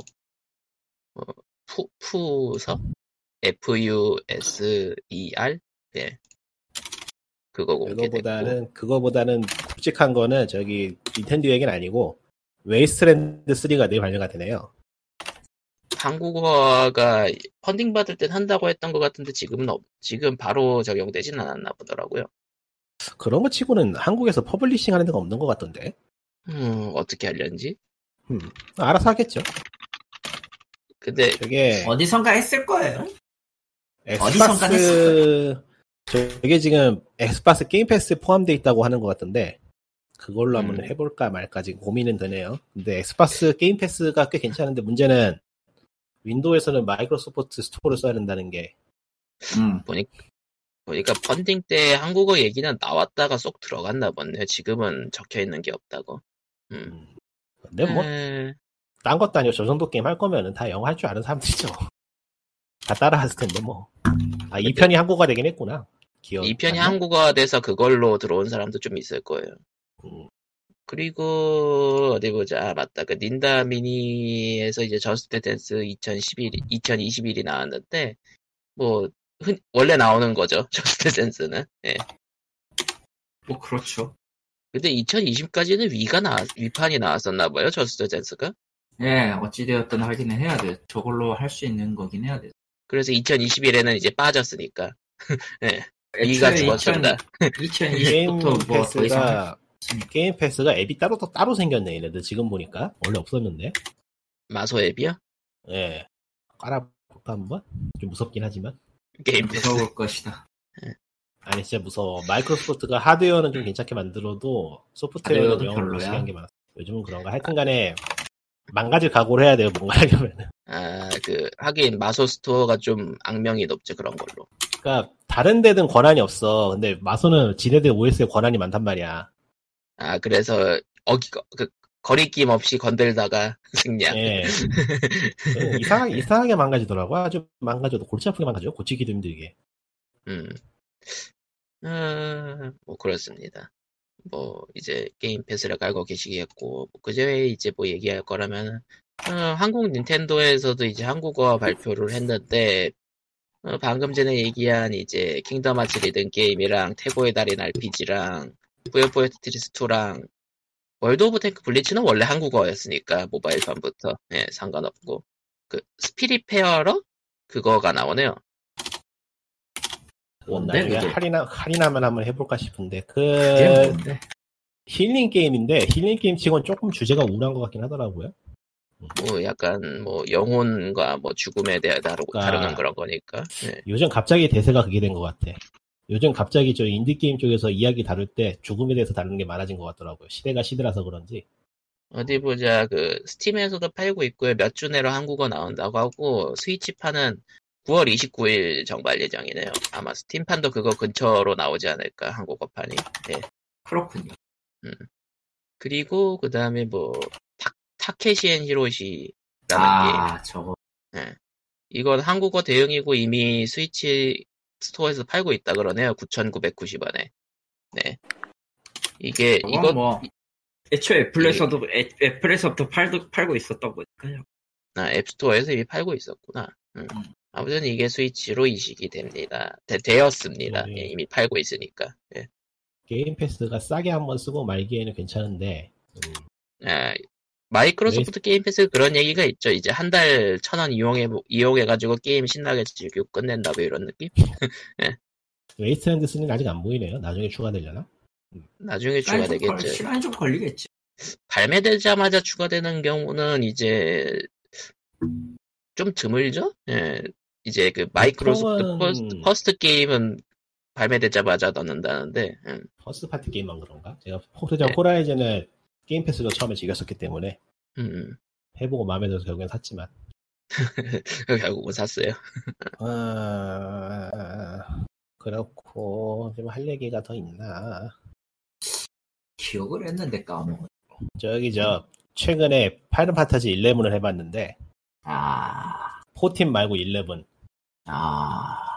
Speaker 1: 뭐 푸, 푸서 F U S E R 예. 그거 공개됐고
Speaker 4: 그거보다는 그거보다는 굵직한 거는 저기 닌텐도 얘기는 아니고 웨이스트랜드 3가 내일 발매가 되네요.
Speaker 1: 한국어가 펀딩 받을 땐 한다고 했던 것 같은데 지금은 없, 지금 바로 적용되진 않았나 보더라고요.
Speaker 4: 그런 거 치고는 한국에서 퍼블리싱 하는 데가 없는 것 같던데.
Speaker 1: 음, 어떻게 하려는지.
Speaker 4: 음, 알아서 하겠죠.
Speaker 1: 근데
Speaker 4: 되게
Speaker 2: 어디선가 했을 거예요. 어디선가
Speaker 4: 엑스박스 저게 지금 엑스박스 게임 패스 포함되어 있다고 하는 것 같던데 그걸로 한번
Speaker 1: 음.
Speaker 4: 해볼까 말까 지금 고민은 되네요. 근데 엑스박스 게임 패스가 꽤 괜찮은데 문제는 윈도우에서는 마이크로소프트 스토어를 써야 된다는 게
Speaker 2: 음.
Speaker 1: 보니까 펀딩 때 한국어 얘기는 나왔다가 쏙 들어갔나 보네요. 지금은 적혀 있는 게 없다고. 예. 음.
Speaker 4: 근데 뭐
Speaker 1: 에,
Speaker 4: 딴 것도 아니고 저 정도 게임 할 거면은 다 영어 할 줄 아는 사람들이죠. 다 따라 했을 텐데 뭐. 아, 이 편이 한국어가 되긴 했구나. 기억.
Speaker 1: 이 편이
Speaker 4: 안 나?
Speaker 1: 한국어가 돼서 그걸로 들어온 사람도 좀 있을 거예요.
Speaker 2: 어.
Speaker 4: 음.
Speaker 1: 그리고 어디 보자. 아, 맞다. 그 닌다 미니에서 이제 저스트 댄스 2011, 2021이 나왔는데 뭐 흔- 원래 나오는 거죠. 저스트 댄스는. 예.
Speaker 2: 뭐 그렇죠.
Speaker 1: 근데 2020까지는 위가 나 위판이 나왔었나 봐요. 저스트 댄스가.
Speaker 2: 예, 어찌되었든 하기는 해야 돼. 저걸로 할 수 있는 거긴 해야 돼.
Speaker 1: 그래서 2021에는 이제 빠졌으니까.
Speaker 2: 애초에
Speaker 1: 위가 죽었습니다.
Speaker 2: 2020,
Speaker 4: 예, 게임
Speaker 2: 2020부터 뭐 더 이상
Speaker 4: 패스가 게임 패스가 앱이 따로 또 따로 생겼네. 얘네들 지금 보니까 원래 없었는데.
Speaker 1: 마소 앱이요?
Speaker 4: 예. 깔아볼까 한번? 좀 무섭긴 하지만.
Speaker 1: 게임 패스.
Speaker 2: 무서울 것이다.
Speaker 4: 아니 진짜 무서워. 마이크로소프트가 하드웨어는 좀 괜찮게 만들어도
Speaker 2: 하드웨어도
Speaker 4: 소프트웨어는 영어로
Speaker 2: 별로야.
Speaker 4: 무시한 게 많아. 요즘은 그런가. 하여튼간에 망가질 각오를 해야 돼요. 뭔가 하려면.
Speaker 1: 아, 그 하긴 마소 스토어가 좀 악명이 높죠. 그런 걸로.
Speaker 4: 그러니까 다른 데든 권한이 없어. 근데 마소는 지네들 OS에 권한이 많단 말이야.
Speaker 1: 아, 그래서 어기 그 거리낌 없이 건들다가 승리한.
Speaker 4: 예. 이상하게, 이상하게 망가지더라고. 아주 망가져도 골치 아프게 망가져. 고치기도 힘들게.
Speaker 1: 음. 아, 뭐 그렇습니다. 뭐 이제 게임 패스를 깔고 계시겠고 그 외에 이제 뭐 얘기할 거라면 어, 한국 닌텐도에서도 이제 한국어 발표를 했는데 어, 방금 전에 얘기한 이제 킹덤 아츠 리듬 게임이랑 태고의 달인 RPG랑 뿌요뿌요 테트리스 2랑 월드 오브 탱크 블리츠는 원래 한국어였으니까 모바일판부터 예 상관없고 그 스피릿 페어러 그거가 나오네요.
Speaker 4: 그건
Speaker 2: 뭔데,
Speaker 4: 나중에
Speaker 2: 그게?
Speaker 4: 할인하, 할인하면 한번 해볼까 싶은데.
Speaker 2: 그게 뭐-
Speaker 4: 그,
Speaker 2: 뭔데?
Speaker 4: 힐링 게임인데, 힐링 게임 치고는 조금 주제가 우울한 것 같긴 하더라고요.
Speaker 1: 뭐 약간 뭐 영혼과 뭐 죽음에 대해 다루,
Speaker 4: 아.
Speaker 1: 다루는 그런 거니까. 예.
Speaker 4: 요즘 갑자기 대세가 그게 된 것 같아. 요즘 갑자기 저 인디게임 쪽에서 이야기 다룰 때 죽음에 대해서 다루는 게 많아진 것 같더라고요. 시대가 시대라서 그런지.
Speaker 1: 어디 보자. 그 스팀에서도 팔고 있고요. 몇 주 내로 한국어 나온다고 하고 스위치판은 9월 29일 정발 예정이네요. 아마 스팀판도 그거 근처로 나오지 않을까 한국어판이. 예.
Speaker 2: 그렇군요.
Speaker 1: 그리고 그 다음에 뭐 타, 타케시 엔 히로시라는
Speaker 2: 네, 아, 저거
Speaker 1: 예. 이건 한국어 대응이고 이미 스위치 스토어에서 팔고 있다 그러네요. 9,990원에. 네. 이게
Speaker 2: 이거
Speaker 1: 이거
Speaker 2: 뭐 네. 애초에 애플에서도 애, 애플에서부터 팔도, 팔고 있었던 거니까요.
Speaker 1: 아, 앱스토어에서 이미 팔고 있었구나. 음. 아무튼 이게 스위치로 이식이 됩니다. 되, 었습니다 예,
Speaker 4: 네.
Speaker 1: 이미 팔고 있으니까. 예.
Speaker 4: 게임 패스가 싸게 한번 쓰고 말기에는 괜찮은데
Speaker 1: 아,
Speaker 4: 네.
Speaker 1: 마이크로소프트 게임 패스 그런 얘기가 있죠. 이제 한 달 천 원 이용해 이용해 가지고 게임 신나게 즐기고 끝낸다고 이런 느낌.
Speaker 4: 웨이스트랜드 3는 아직 안 보이네요. 나중에 추가되려나?
Speaker 1: 나중에
Speaker 2: 시간이 좀 걸-
Speaker 1: 추가되겠죠.
Speaker 2: 시간이 좀 걸리겠지.
Speaker 1: 발매되자마자 추가되는 경우는 이제 좀 드물죠? 예. 이제 그 마이크로소프트
Speaker 4: 보통은-
Speaker 1: 퍼스트, 퍼스트 게임은 발매되자마자 넣는다는데 음.
Speaker 4: 퍼스트 파티 게임만 그런가? 제가 호르전
Speaker 1: 네.
Speaker 4: 호라이즌을 게임 패스로 처음에 즐겼었기 때문에
Speaker 1: 음.
Speaker 4: 해보고 마음에 들어서 결국엔 샀지만
Speaker 1: 결국은 샀어요.
Speaker 4: 아, 그렇고 좀 할 얘기가 더 있나?
Speaker 2: 기억을 했는데 까먹어.
Speaker 4: 저기 저 최근에 파이널 판타지 11을 해봤는데
Speaker 2: 아,
Speaker 4: 14 말고 11
Speaker 2: 아,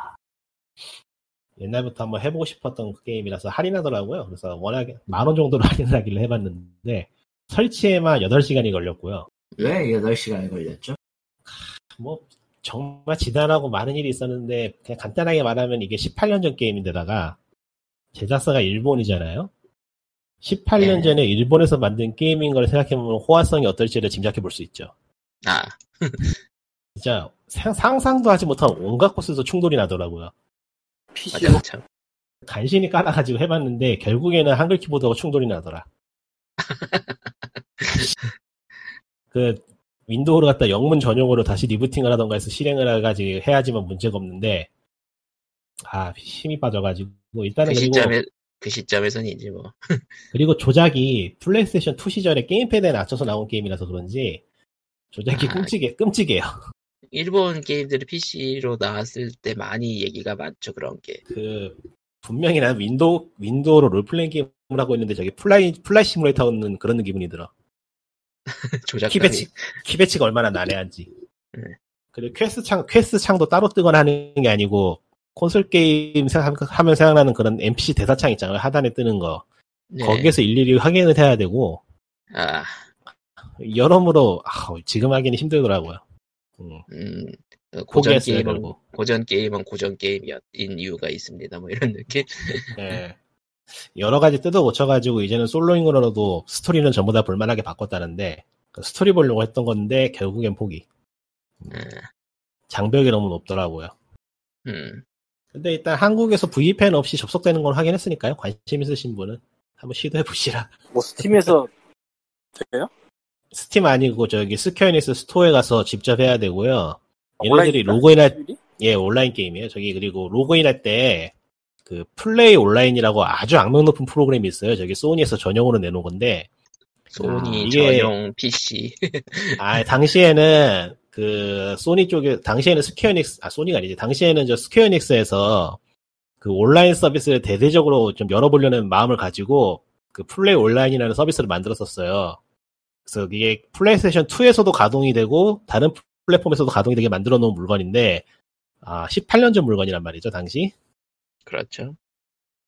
Speaker 4: 옛날부터 한번 해보고 싶었던 그 게임이라서 할인하더라고요. 그래서 워낙에 만 원 정도로 할인을 하길래 해봤는데 설치에만 8시간이 걸렸고요.
Speaker 2: 왜 8시간이 걸렸죠?
Speaker 4: 뭐 정말 지단하고 많은 일이 있었는데 그냥 간단하게 말하면 이게 18년 전 게임인데다가 제작사가 일본이잖아요. 18년
Speaker 1: 네.
Speaker 4: 전에 일본에서 만든 게임인 걸 생각해보면 호화성이 어떨지를 짐작해 볼 수 있죠.
Speaker 1: 아,
Speaker 4: 진짜 사- 상상도 하지 못한 온갖 곳에서 충돌이 나더라고요. 그
Speaker 3: PC 뭐,
Speaker 1: 맞아, 참.
Speaker 4: 간신히 깔아가지고 해봤는데 결국에는 한글 키보드하고 충돌이 나더라. 그 윈도우로 갖다 영문 전용으로 다시 리부팅을 하던가 해서 실행을 해가지고 해야지만 문제가 없는데 아 힘이 빠져가지고 일단은
Speaker 1: 그
Speaker 4: 그리고
Speaker 1: 시점에 그 시점에선이지 뭐.
Speaker 4: 그리고 조작이 플레이스테이션 2 시절에 게임패드에 낮춰서 나온 게임이라서 그런지 조작이
Speaker 1: 아.
Speaker 4: 끔찍해 끔찍해요.
Speaker 1: 일본 게임들이 PC로 나왔을 때 많이 얘기가 많죠 그런 게.
Speaker 4: 그 분명히 난 윈도우 윈도우로 롤플레잉 게임을 하고 있는데 저기 플라이 플라이 시뮬레이터 하는 그런 기분이 들어.
Speaker 1: 조작감이.
Speaker 4: 키배치 키배치가 얼마나 난해한지.
Speaker 1: 네.
Speaker 4: 그리고 퀘스트 창 퀘스트 창도 따로 뜨거나 하는 게 아니고 콘솔 게임 생각하면 생각나는 그런 NPC 대사창 있잖아요 하단에 뜨는 거
Speaker 1: 네.
Speaker 4: 거기에서 일일이 확인을 해야 되고
Speaker 1: 아,
Speaker 4: 여러모로 아우, 지금 하기는 힘들더라고요. 음,
Speaker 1: 음. 그 고전
Speaker 4: 포기했어요
Speaker 1: 게임은
Speaker 4: 결국.
Speaker 1: 고전 게임은 고전 게임이었인 이유가 있습니다. 뭐 이런 느낌.
Speaker 4: 예. 여러 가지 뜯어 고쳐가지고 이제는 솔로잉으로도 스토리는 전부 다 볼만하게 바꿨다는데 그 스토리 보려고 했던 건데 결국엔 포기.
Speaker 1: 음.
Speaker 4: 장벽이 너무 높더라고요.
Speaker 1: 음.
Speaker 4: 근데 일단 한국에서 VPN 없이 접속되는 건 확인했으니까요. 관심 있으신 분은 한번 시도해 보시라.
Speaker 3: 뭐 스팀에서 돼요?
Speaker 4: 스팀 아니고 저기 스퀘어닉스 스토어에 가서 직접 해야 되고요. 얘네들이
Speaker 3: 온라인인가?
Speaker 4: 로그인할
Speaker 3: 일일이?
Speaker 4: 예 온라인 게임이에요. 저기 그리고 로그인할 때 그 플레이 온라인이라고 아주 악명 높은 프로그램이 있어요. 저기 소니에서 전용으로 내놓은 건데
Speaker 1: 소니
Speaker 4: 아, 이게-
Speaker 1: 전용 PC.
Speaker 4: 아, 당시에는 그 소니 쪽에 당시에는 스퀘어닉스 아 소니가 아니지. 당시에는 저 스퀘어닉스에서 그 온라인 서비스를 대대적으로 좀 열어보려는 마음을 가지고 그 플레이 온라인이라는 서비스를 만들었었어요. 그래서 이게 플레이스테이션 2에서도 가동이 되고 다른 플랫폼에서도 가동이 되게 만들어 놓은 물건인데 아 18년 전 물건이란 말이죠 당시
Speaker 1: 그렇죠.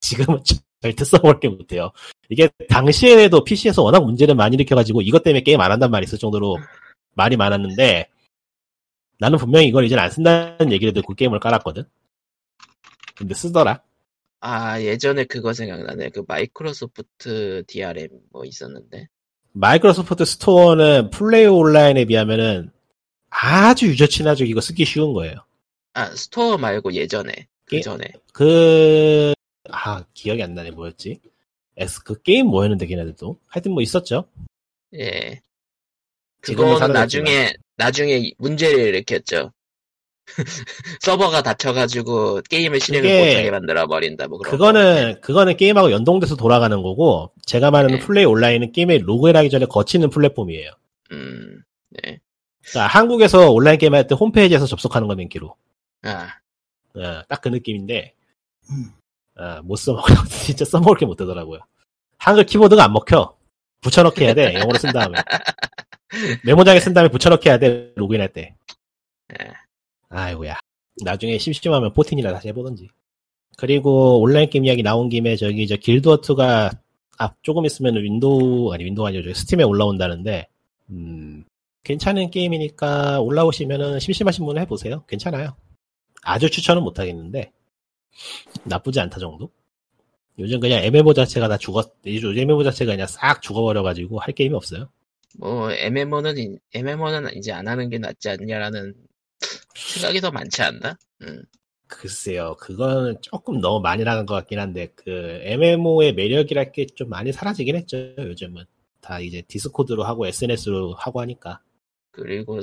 Speaker 4: 지금은 절대 써버리지 못해요. 이게 당시에도 PC에서 워낙 문제를 많이 일으켜가지고 이것 때문에 게임 안 한단 말이 있을 정도로 말이 많았는데 나는 분명히 이걸 이제 안 쓴다는 얘기를 듣고 게임을 깔았거든. 근데 쓰더라.
Speaker 1: 아, 예전에 그거 생각나네. 그 마이크로소프트 DRM 뭐 있었는데.
Speaker 4: 마이크로소프트 스토어는 플레이 온라인에 비하면은 아주 유저친화적이고 쓰기 쉬운 거예요.
Speaker 1: 아, 스토어 말고 예전에.
Speaker 4: 게-
Speaker 1: 그 전에.
Speaker 4: 그, 아, 기억이 안 나네. 뭐였지? 에스, 그 게임 뭐였는데, 걔네들도? 하여튼 뭐 있었죠.
Speaker 1: 예.
Speaker 4: 지금은
Speaker 1: 그거는
Speaker 4: 사라졌지만.
Speaker 1: 나중에, 나중에 문제를 일으켰죠. 서버가 닫혀가지고 게임을 실행을
Speaker 4: 그게-
Speaker 1: 못하게 만들어버린다, 뭐 그런
Speaker 4: 그거는 그거는 게임하고 연동돼서 돌아가는 거고 제가 말하는
Speaker 1: 네.
Speaker 4: 플레이 온라인은 게임에 로그인하기 전에 거치는 플랫폼이에요.
Speaker 1: 거. 음,
Speaker 4: 그러니까 한국에서 온라인 게임 할 때 홈페이지에서 접속하는 거 맨키로
Speaker 1: 아,
Speaker 4: 딱 그 느낌인데
Speaker 2: 음.
Speaker 4: 아, 못 써먹고 진짜 써먹을 게 못 되더라고요. 한글 키보드가 안 먹혀 붙여넣기 해야 돼 영어로 쓴 다음에 메모장에 쓴 다음에 붙여넣기 해야 돼 로그인할 때
Speaker 1: 예.
Speaker 4: 아이고야. 나중에 심심하면 포틴이라 다시 해보던지. 그리고 온라인 게임 이야기 나온 김에 저기 저 길드워트가 아 조금 있으면 윈도우 아니 윈도우 아니죠 스팀에 올라온다는데 음 괜찮은 게임이니까 올라오시면은 심심하신 분은 해보세요. 괜찮아요. 아주 추천은 못하겠는데 나쁘지 않다 정도. 요즘 그냥 MMO 자체가 다 죽었 요즘 MMO 자체가 그냥 싹 죽어버려가지고 할 게임이 없어요.
Speaker 1: 뭐 MMO는 MMO는 이제 안 하는 게 낫지 않냐라는 생각이 더 많지 않나? 음.
Speaker 4: 글쎄요, 그거는 조금 너무 많이 나간 것 같긴 한데, 그, MMO의 매력이랄 게 좀 많이 사라지긴 했죠, 요즘은. 다 이제 디스코드로 하고 SNS로 하고 하니까.
Speaker 1: 그리고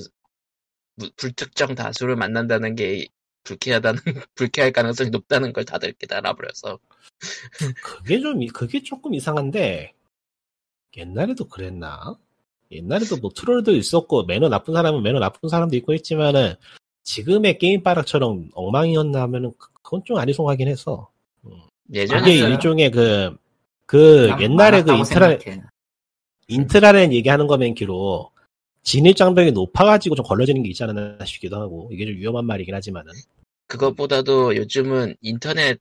Speaker 1: 무- 불특정 다수를 만난다는 게 불쾌하다는 불쾌할 가능성이 높다는 걸 다들 깨달아버려서
Speaker 4: 그게 좀, 이- 그게 조금 이상한데, 옛날에도 그랬나? 옛날에도 뭐 트롤도 있었고, 매너 나쁜 사람은 매너 나쁜 사람도 있고 했지만은, 지금의 게임바락처럼 엉망이었나 하면은, 그- 그건 좀 아리송하긴 해서.
Speaker 1: 예전에
Speaker 4: 그게
Speaker 2: 많았어요.
Speaker 4: 일종의 그, 그,
Speaker 2: 난
Speaker 4: 옛날에 그
Speaker 2: 많았다고
Speaker 4: 인트라넷,
Speaker 2: 생각해.
Speaker 4: 인트라는 얘기하는 거 맨키로 진입 장벽이 높아가지고 좀 걸러지는 게 있지 않나 싶기도 하고 이게 좀 위험한 말이긴 하지만은
Speaker 1: 그것보다도 요즘은 인터넷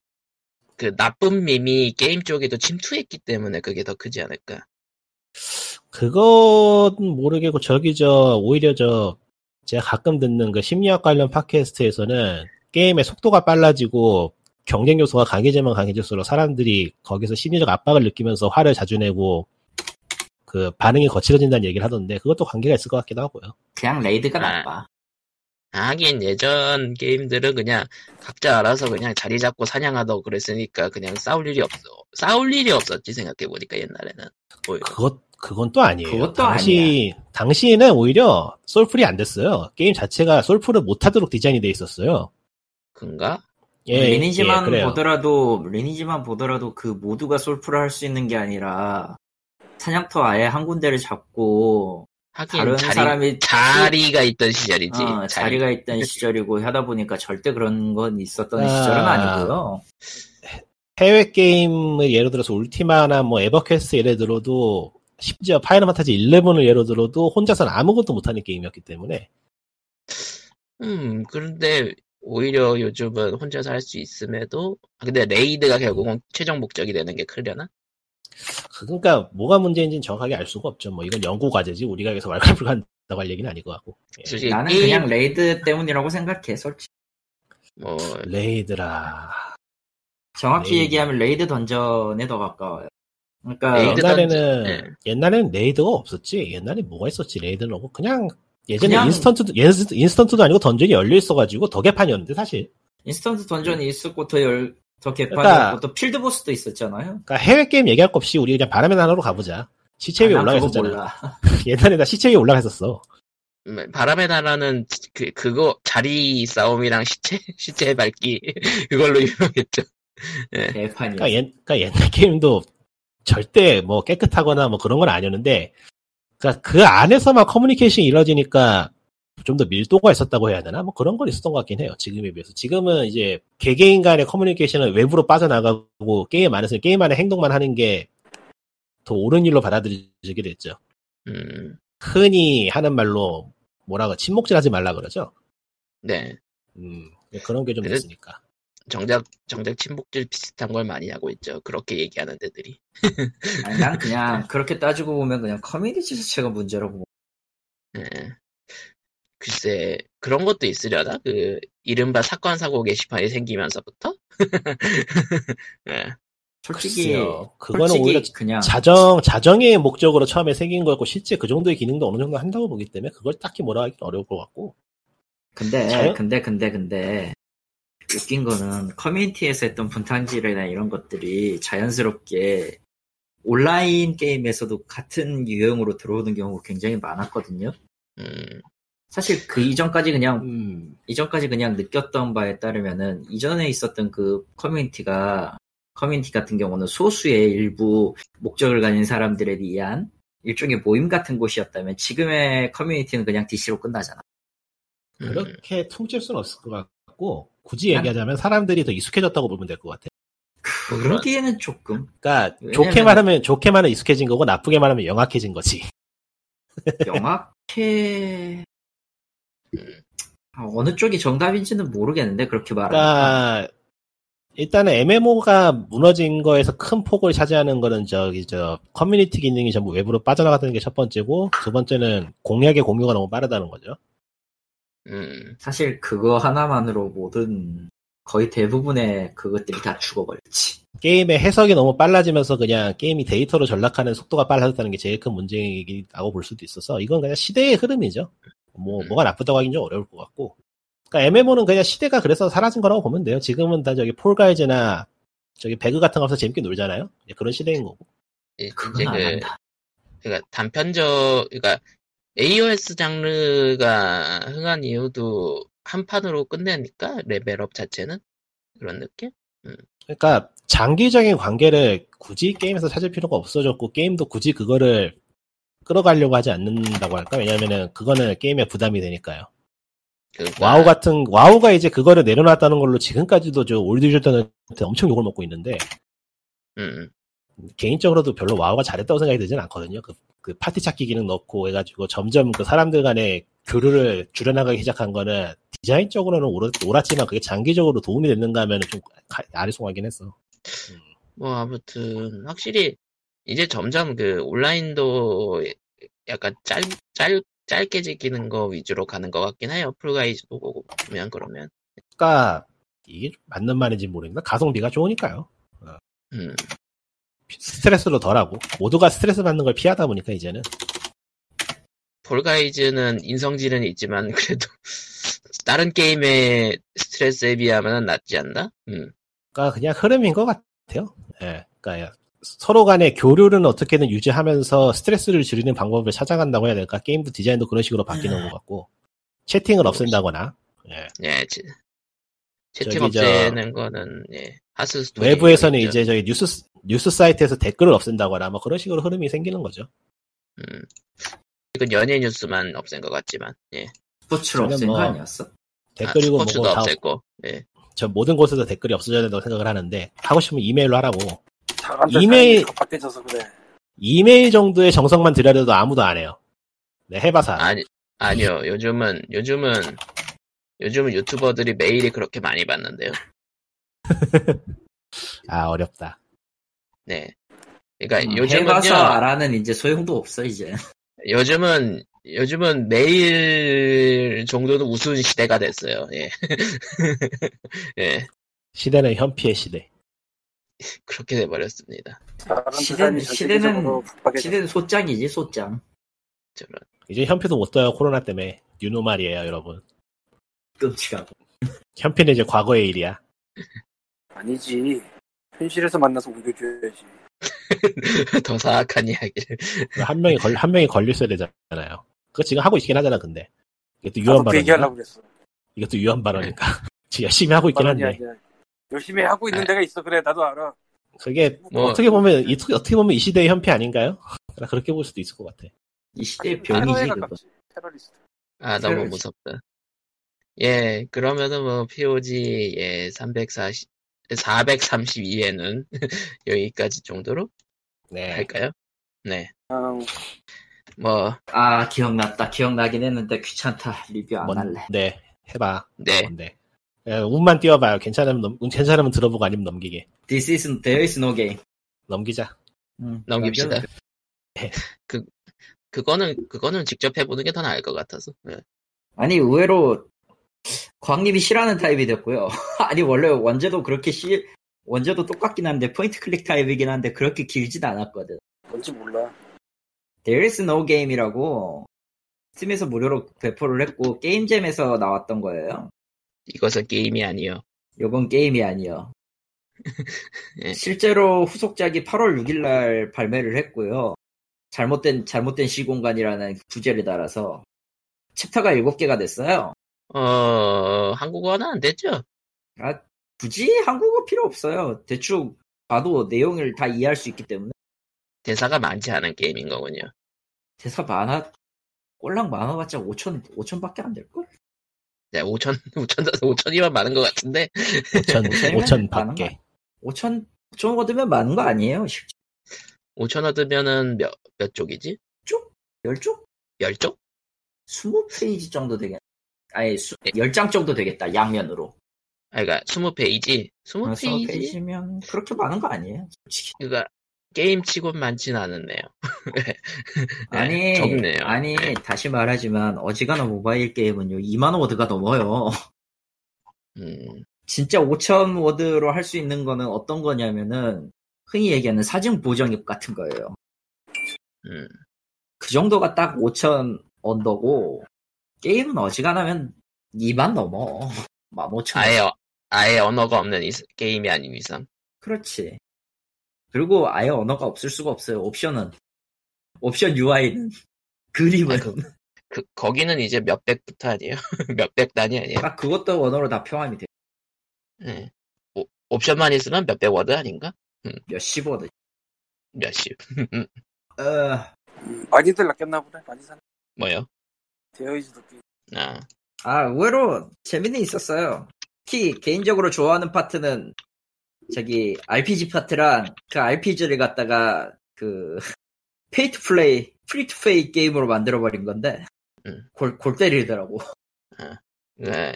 Speaker 1: 그 나쁜 밈이 게임 쪽에도 침투했기 때문에 그게 더 크지 않을까?
Speaker 4: 그건 모르겠고 저기 저 오히려 저 제가 가끔 듣는 그 심리학 관련 팟캐스트에서는 게임의 속도가 빨라지고 경쟁 요소가 강해지면 강해질수록 사람들이 거기서 심리적 압박을 느끼면서 화를 자주 내고 그 반응이 거칠어진다는 얘기를 하던데 그것도 관계가 있을 것 같기도 하고요.
Speaker 2: 그냥 레이드가
Speaker 1: 아.
Speaker 2: 나빠.
Speaker 1: 하긴 예전 게임들은 그냥 각자 알아서 그냥 자리 잡고 사냥하다 고 그랬으니까 그냥 싸울 일이 없어 싸울 일이 없었지 생각해 보니까 옛날에는 뭐 오히려
Speaker 4: 그것 그건 또 아니에요.
Speaker 2: 그것도
Speaker 4: 당시 당시에는 오히려 솔플이 안 됐어요. 게임 자체가 솔플을 못하도록 디자인이 돼 있었어요. 예,
Speaker 1: 그런가?
Speaker 2: 리니지만
Speaker 4: 그래요.
Speaker 2: 예, 보더라도 리니지만 보더라도 그 모두가 솔프를 할 수 있는 게 아니라 사냥터 아예 한 군데를 잡고
Speaker 1: 하긴
Speaker 2: 다른
Speaker 1: 자리
Speaker 2: 사람이
Speaker 1: 자리가 있던 시절이지
Speaker 2: 어,
Speaker 1: 자리.
Speaker 2: 자리가 있던 시절이고 하다 보니까 절대 그런 건 있었던
Speaker 4: 아.
Speaker 2: 시절은 아니고요.
Speaker 4: 해외 게임을 예로 들어서 울티마나 뭐 에버퀘스트 예를 들어도 심지어 파이널마타지 11을 예로 들어도 혼자서는 아무것도 못하는 게임이었기 때문에
Speaker 1: 음, 그런데 오히려 요즘은 혼자서 할 수 있음에도 아, 근데 레이드가 결국은 최종 목적이 되는 게 크려나?
Speaker 4: 그러니까 뭐가 문제인지는 정확하게 알 수가 없죠. 뭐 이건 연구 과제지 우리가 여기서 왈가불가한다고 할 얘기는 아닐 것 같고 예.
Speaker 1: 솔직히
Speaker 2: 나는
Speaker 1: 게임-
Speaker 2: 그냥 레이드 때문이라고 생각해. 솔직히
Speaker 1: 뭐
Speaker 4: 레이드라
Speaker 2: 정확히
Speaker 4: 레이드.
Speaker 2: 얘기하면 레이드 던전에 더 가까워요. 그러니까
Speaker 1: 레이드
Speaker 4: 옛날에는
Speaker 1: 던지-
Speaker 2: 예.
Speaker 4: 옛날에는 레이드가 없었지. 옛날에 뭐가 있었지? 레이드는 없고 그냥 예전에
Speaker 2: 그냥-
Speaker 4: 인스턴트도 인스- 인스턴트도 아니고 던전이 열려 있어가지고 더 개판이었는데 사실.
Speaker 2: 인스턴트 던전이 있었고 더 열, 더 개판이었고
Speaker 4: 그러니까-
Speaker 2: 또 필드 보스도 있었잖아요.
Speaker 4: 그러니까 해외 게임 얘기할 거 없이 우리 그냥 바람의 나라로 가보자. 시체 위에
Speaker 2: 아, 난 그거
Speaker 4: 올라가있었잖아.
Speaker 2: 몰라.
Speaker 4: 옛날에 나 시체 위에 올라가있었어.
Speaker 1: 음, 바람의 나라는 그 그거 자리 싸움이랑 시체 시체 밟기 그걸로 유명했죠.
Speaker 2: 개판이야.
Speaker 4: 그러니까, 옛, 그러니까 옛날 게임도 절대 뭐 깨끗하거나 뭐 그런 건 아니었는데, 그러니까 그 안에서만 커뮤니케이션이 이루어지니까 좀 더 밀도가 있었다고 해야 되나? 뭐 그런 건 있었던 것 같긴 해요. 지금에 비해서. 지금은 이제 개개인 간의 커뮤니케이션은 외부로 빠져나가고 게임 안에서 게임 안에 행동만 하는 게 더 옳은 일로 받아들여지게 됐죠.
Speaker 1: 음,
Speaker 4: 흔히 하는 말로 뭐라고 침묵질하지 말라 그러죠.
Speaker 1: 네.
Speaker 4: 음, 그런 게 좀
Speaker 1: 그래-
Speaker 4: 있으니까.
Speaker 1: 정작 정작 친목질 비슷한 걸 많이 하고 있죠. 그렇게 얘기하는 데들이.
Speaker 4: 그러니까
Speaker 2: 아니, 난 그냥 그렇게 따지고 보면 그냥 커뮤니티 자체가 문제라고 뭐. 보고
Speaker 1: 예. 글쎄 그런 것도 있으려나? 그 이른바 사건 사고 게시판이 생기면서부터. 예.
Speaker 2: 솔직히
Speaker 4: 글쎄요. 그거는
Speaker 2: 솔직히
Speaker 4: 오히려
Speaker 2: 그냥
Speaker 4: 자정 자정의 목적으로 처음에 생긴 거였고 실제 그 정도의 기능도 어느 정도 한다고 보기 때문에 그걸 딱히 뭐라 하긴 어려울 것 같고
Speaker 2: 근데
Speaker 4: 자연-
Speaker 2: 근데 근데 근데 웃긴 거는 커뮤니티에서 했던 분탕질이나 이런 것들이 자연스럽게 온라인 게임에서도 같은 유형으로 들어오는 경우가 굉장히 많았거든요.
Speaker 1: 음,
Speaker 2: 사실 그 이전까지 그냥
Speaker 4: 음,
Speaker 2: 이전까지 그냥 느꼈던 바에 따르면은 이전에 있었던 그 커뮤니티가 커뮤니티 같은 경우는 소수의 일부 목적을 가진 사람들에 의한 일종의 모임 같은 곳이었다면 지금의 커뮤니티는 그냥 DC로 끝나잖아.
Speaker 1: 음.
Speaker 4: 그렇게
Speaker 2: 네.
Speaker 4: 퉁칠 수는 없을 것 같고 굳이
Speaker 2: 아.
Speaker 4: 얘기하자면 사람들이 더 익숙해졌다고 보면 될 것 같아.
Speaker 2: 그러기에는 조금
Speaker 4: 그러니까
Speaker 2: 왜냐면-
Speaker 4: 좋게 말하면 좋게 말하면 익숙해진 거고 나쁘게 말하면 영악해진 거지.
Speaker 2: 명확해. 아, 어느 쪽이 정답인지는 모르겠는데 그렇게 말하니까
Speaker 4: 그러니까 일단은 MMO가 무너진 거에서 큰 폭을 차지하는 거는 저기 저 커뮤니티 기능이 전부 외부로 빠져나갔다는 게 첫 번째고 두 번째는 공약의 공유가 너무 빠르다는 거죠.
Speaker 1: 음,
Speaker 2: 사실 그거 하나만으로 모든 거의 대부분의 그것들이 다 죽어버렸지.
Speaker 4: 게임의 해석이 너무 빨라지면서 그냥 게임이 데이터로 전락하는 속도가 빨라졌다는 게 제일 큰 문제라고 볼 수도 있어서 이건 그냥 시대의 흐름이죠. 뭐
Speaker 1: 음.
Speaker 4: 뭐가 나쁘다고 하긴 좀 어려울 것 같고. 그러니까 MMO는 그냥 시대가 그래서 사라진 거라고 보면 돼요. 지금은 다 저기 폴가이즈나 저기 배그 같은 거 하면서 재밌게 놀잖아요. 이제 그런 시대인 거고.
Speaker 1: 이- 이제
Speaker 2: 그건 안
Speaker 1: 그,
Speaker 2: 한다.
Speaker 1: 그러니까 단편적, 그러니까 AOS 장르가 흥한 이유도 한 판으로 끝내니까 레벨업 자체는 그런 느낌?
Speaker 4: 그러니까 장기적인 관계를 굳이 게임에서 찾을 필요가 없어졌고 게임도 굳이 그거를 끌어가려고 하지 않는다고 할까? 왜냐면은 그거는 게임에 부담이 되니까요.
Speaker 1: 그러니까
Speaker 4: 와우 같은 와우가 이제 그거를 내려놨다는 걸로 지금까지도 저 올드주전한테 엄청 욕을 먹고 있는데
Speaker 1: 음,
Speaker 4: 개인적으로도 별로 와우가 잘했다고 생각이 되진 않거든요. 그, 그 파티 찾기 기능 넣고 해가지고 점점 그 사람들 간의 교류를 줄여나가기 시작한 거는 디자인적으로는 옳았, 옳았지만 그게 장기적으로 도움이 됐는가 하면 좀 가- 아리송하긴 했어.
Speaker 1: 뭐 아무튼 확실히 이제 점점 그 온라인도 약간 짧, 짧, 짧게 지키는 거 위주로 가는 것 같긴 해요. 풀가이즈도 보고 보면 그러면.
Speaker 4: 그러니까 이게 좀 맞는 말인지 모르겠는데 가성비가 좋으니까요. 어.
Speaker 1: 음,
Speaker 4: 스트레스도 덜하고 모두가 스트레스 받는 걸 피하다 보니까 이제는
Speaker 1: 폴가이즈는 인성질은 있지만 그래도 다른 게임의 스트레스에 비하면 낫지 않나? 음,
Speaker 4: 그러니까 그냥 흐름인 것 같아요. 예, 그러니까 서로 간의 교류는 어떻게든 유지하면서 스트레스를 줄이는 방법을 찾아간다고 해야 될까? 게임도 디자인도 그런 식으로 바뀌는 것 같고 채팅을 없앤다거나 예,
Speaker 1: 예. 채- 채팅
Speaker 4: 저기 저-
Speaker 1: 없애는 거는 예. 하스스톤
Speaker 4: 외부에서는
Speaker 1: 그렇죠.
Speaker 4: 이제 저희 뉴스 뉴스 사이트에서 댓글을 없앤다거나 뭐 그런 식으로 흐름이 생기는 거죠.
Speaker 1: 음. 이건 연예 뉴스만 없앤 것 같지만 예.
Speaker 2: 스포츠로 없앤
Speaker 4: 뭐-
Speaker 2: 거 아니었어?
Speaker 4: 댓글이고
Speaker 1: 아, 스포츠도
Speaker 4: 뭐고 다
Speaker 1: 없앴고 예.
Speaker 4: 저 모든 곳에서 댓글이 없어져야 된다고 생각을 하는데 하고 싶으면 이메일로 하라고
Speaker 3: 사람들
Speaker 4: 이메일-
Speaker 3: 사람이 바빠져서 그래.
Speaker 4: 이메일 정도의 정성만 들여도 아무도 안 해요. 네, 해봐서 알아.
Speaker 1: 아니 아니요 요즘은 요즘은 요즘은 유튜버들이 메일이 그렇게 많이 받는데요.
Speaker 4: 아 어렵다.
Speaker 1: 네. 그러니까
Speaker 2: 음,
Speaker 1: 요즘은요.
Speaker 2: 해봐서 알아는 이제 소용도 없어 이제.
Speaker 1: 요즘은 요즘은 메일 정도는 우스운 시대가 됐어요. 예. 예.
Speaker 4: 시대는 현피의 시대.
Speaker 1: 그렇게 돼 버렸습니다.
Speaker 3: 사람들
Speaker 2: 시대는-
Speaker 3: 사람이 전체적으로
Speaker 2: 시대는-
Speaker 3: 바빠져서
Speaker 2: 시대는 소짱이지 소짱.
Speaker 1: 저런.
Speaker 4: 이제 현피도 못 떠요 코로나 때문에 뉴노말이에요 여러분.
Speaker 2: 끔찍하고.
Speaker 4: 현피는 이제 과거의 일이야.
Speaker 3: 아니지. 현실에서 만나서 옮겨줘야지.
Speaker 1: 더 사악한 이야기를.
Speaker 4: 한 명이 걸, 한 명이 걸렸어야 되잖아요. 그거 지금 하고 있긴 하잖아 근데. 이것도
Speaker 3: 나도
Speaker 4: 유한
Speaker 3: 그 얘기하려고
Speaker 4: 발언이야.
Speaker 3: 그랬어.
Speaker 4: 이것도 유한 발언이니까. 지금 열심히 하고 있긴
Speaker 3: 발언이
Speaker 4: 한데.
Speaker 3: 아니야. 열심히 하고 있는
Speaker 2: 네.
Speaker 1: 아.
Speaker 3: 데가 있어 그래 나도 알아.
Speaker 4: 그게
Speaker 1: 뭐.
Speaker 4: 어떻게 보면 이 어떻게 보면 이 시대의 현피 아닌가요? 그러니까 그렇게 볼 수도 있을 것 같아.
Speaker 2: 이 시대의
Speaker 3: 테러에
Speaker 2: 병이지 뭐. 그거.
Speaker 3: 가깝지. 테러리스트.
Speaker 1: 아, 너무
Speaker 2: 새로운
Speaker 1: 무섭다. 예, 그러면은 뭐 POG 예, 340 432회는 여기까지 정도로
Speaker 4: 네.
Speaker 3: 그러니까.
Speaker 1: 할까요? 네.
Speaker 3: 어,
Speaker 1: 뭐
Speaker 2: 아 기억났다 기억나긴 했는데 귀찮다 리뷰 안
Speaker 4: 뭔-
Speaker 2: 할래.
Speaker 4: 네. 해봐.
Speaker 1: 네.
Speaker 4: 뭔데? 예, 운만 띄워봐요. 괜찮으면 넘, 괜찮으면 들어보고 아니면 넘기게.
Speaker 2: This is there is no game.
Speaker 4: 넘기자.
Speaker 2: 음,
Speaker 1: 넘깁시다. 그,
Speaker 2: 남겨놓을게.
Speaker 1: 그거는 그거는 직접 해 보는 게 더 나을 것 같아서. 예.
Speaker 2: 아니 의외로 광님이 싫어하는 타입이 됐고요. 아니 원래 원제도 그렇게 시 원제도 똑같긴 한데 포인트 클릭 타입이긴 한데 그렇게 길진 않았거든.
Speaker 3: 뭔지 몰라.
Speaker 2: There is no game이라고 스팀에서 무료로 배포를 했고 게임잼에서 나왔던 거예요.
Speaker 1: 이것은 게임이 아니요.
Speaker 2: 요건 게임이 아니요.
Speaker 1: 예.
Speaker 2: 실제로 후속작이 8월 6일날 발매를 했고요. 잘못된 잘못된 시공간이라는 부제를 달아서 챕터가 7개가 됐어요.
Speaker 1: 어, 한국어는 안 됐죠?
Speaker 2: 아, 굳이 한국어 필요 없어요. 대충 봐도 내용을 다 이해할 수 있기 때문에
Speaker 1: 대사가 많지 않은 게임인 거군요.
Speaker 2: 대사 많아 꼴랑 많아봤자 5천 5천밖에 안 될 걸?
Speaker 1: 네, 5천, 5천, 5천이면 많은 것 같은데.
Speaker 4: 5천, 5천
Speaker 2: 많은
Speaker 4: 밖에.
Speaker 2: 거 5천 5천 얻으면 많은 거 아니에요?
Speaker 1: 5천 얻으면은 몇, 몇 쪽이지?
Speaker 2: 10쪽? 10쪽?
Speaker 1: 10쪽?
Speaker 2: 20페이지 정도 되겠네. 아예 수, 10장 정도 되겠다 양면으로
Speaker 1: 그러니까 20페이지, 아, 20페이지.
Speaker 2: 페이지면 그렇게 많은 거 아니에요 솔직히
Speaker 1: 그러니까 게임 치곤 많진 않았네요. 네,
Speaker 2: 아니
Speaker 1: 적네요.
Speaker 2: 아니
Speaker 1: 네.
Speaker 2: 다시 말하지만 어지간한 모바일 게임은요 2만 워드가 넘어요
Speaker 1: 음,
Speaker 2: 진짜 5천 워드로 할 수 있는 거는 어떤 거냐면은 흔히 얘기하는 사진 보정앱 같은 거예요.
Speaker 1: 음.
Speaker 2: 그 정도가 딱 5천 언더고 게임은 어지간하면 2만 넘어. 15,000.
Speaker 1: 아예 어- 아예 언어가 없는 이- 게임이 아닌 이상.
Speaker 2: 그렇지. 그리고 아예 언어가 없을 수가 없어요. 옵션은 옵션 UI는 그림은
Speaker 1: 아니, 그- 그 거기는 이제 몇백부터 아니에요? 몇백 단위 아니에요?
Speaker 2: 딱 그것도 언어로 다 평함이 돼.
Speaker 1: 네. 오- 옵션만 있으면 몇백 워드 아닌가?
Speaker 2: 몇십 워드.
Speaker 1: 몇십.
Speaker 2: 어,
Speaker 3: 음, 많이들 낚였나 보네. 많이 산.
Speaker 1: 뭐요?
Speaker 3: 대여이지도 꽤.
Speaker 1: 아,
Speaker 2: 아 의외로 재미는 있었어요. 특히 개인적으로 좋아하는 파트는 저기 RPG 파트랑 그 RPG를 갖다가 그 페이 투 플레이 프리 투 페이 게임으로 만들어 버린 건데
Speaker 1: 음.
Speaker 2: 골, 골 때리더라고.
Speaker 1: 네.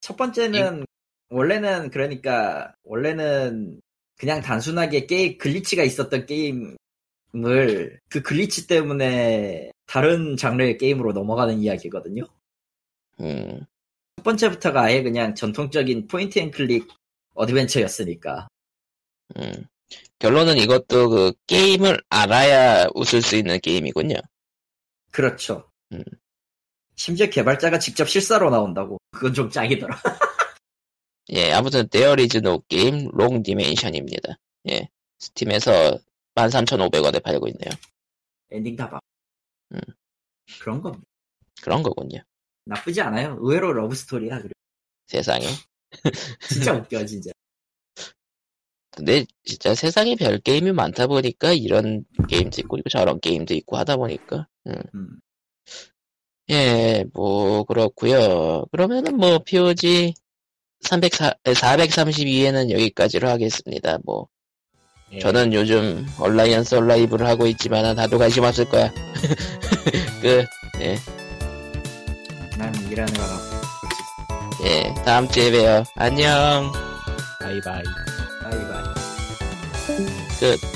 Speaker 2: 첫 번째는 원래는 그러니까 원래는 그냥 단순하게 게임 글리치가 있었던 게임을 그 글리치 때문에 다른 장르의 게임으로 넘어가는 이야기거든요.
Speaker 1: 음,
Speaker 2: 첫 번째부터가 아예 그냥 전통적인 포인트 앤 클릭 어드벤처였으니까.
Speaker 1: 음. 결론은 이것도 그 게임을 알아야 웃을 수 있는 게임이군요.
Speaker 2: 그렇죠.
Speaker 1: 음.
Speaker 2: 심지어 개발자가 직접 실사로 나온다고. 그건 좀 짱이더라.
Speaker 1: 예, 아무튼 There is no game, long dimension입니다. 예, 스팀에서 13,500원에 팔고 있네요.
Speaker 2: 엔딩 다 봐.
Speaker 1: 음.
Speaker 2: 그런 건
Speaker 1: 그런 거군요.
Speaker 2: 나쁘지 않아요. 의외로 러브스토리야. 그리고
Speaker 1: 세상에.
Speaker 2: 진짜 웃겨, 진짜.
Speaker 1: 근데 진짜 세상에 별 게임이 많다 보니까 이런 게임도 있고 그리고 저런 게임도 있고 하다 보니까 음.
Speaker 2: 음.
Speaker 1: 예, 뭐 그렇고요. 그러면은 뭐 POG 304, 432회는 여기까지로 하겠습니다. 뭐
Speaker 4: 예.
Speaker 1: 저는 요즘 얼라이언스 얼라이브를 하고 있지만 나도 관심 없을 거야. 끝.
Speaker 2: 난 일하느라
Speaker 1: 예, 다음 주에 봬요. 안녕.
Speaker 4: 바이바이.
Speaker 2: 아이가
Speaker 1: 끝.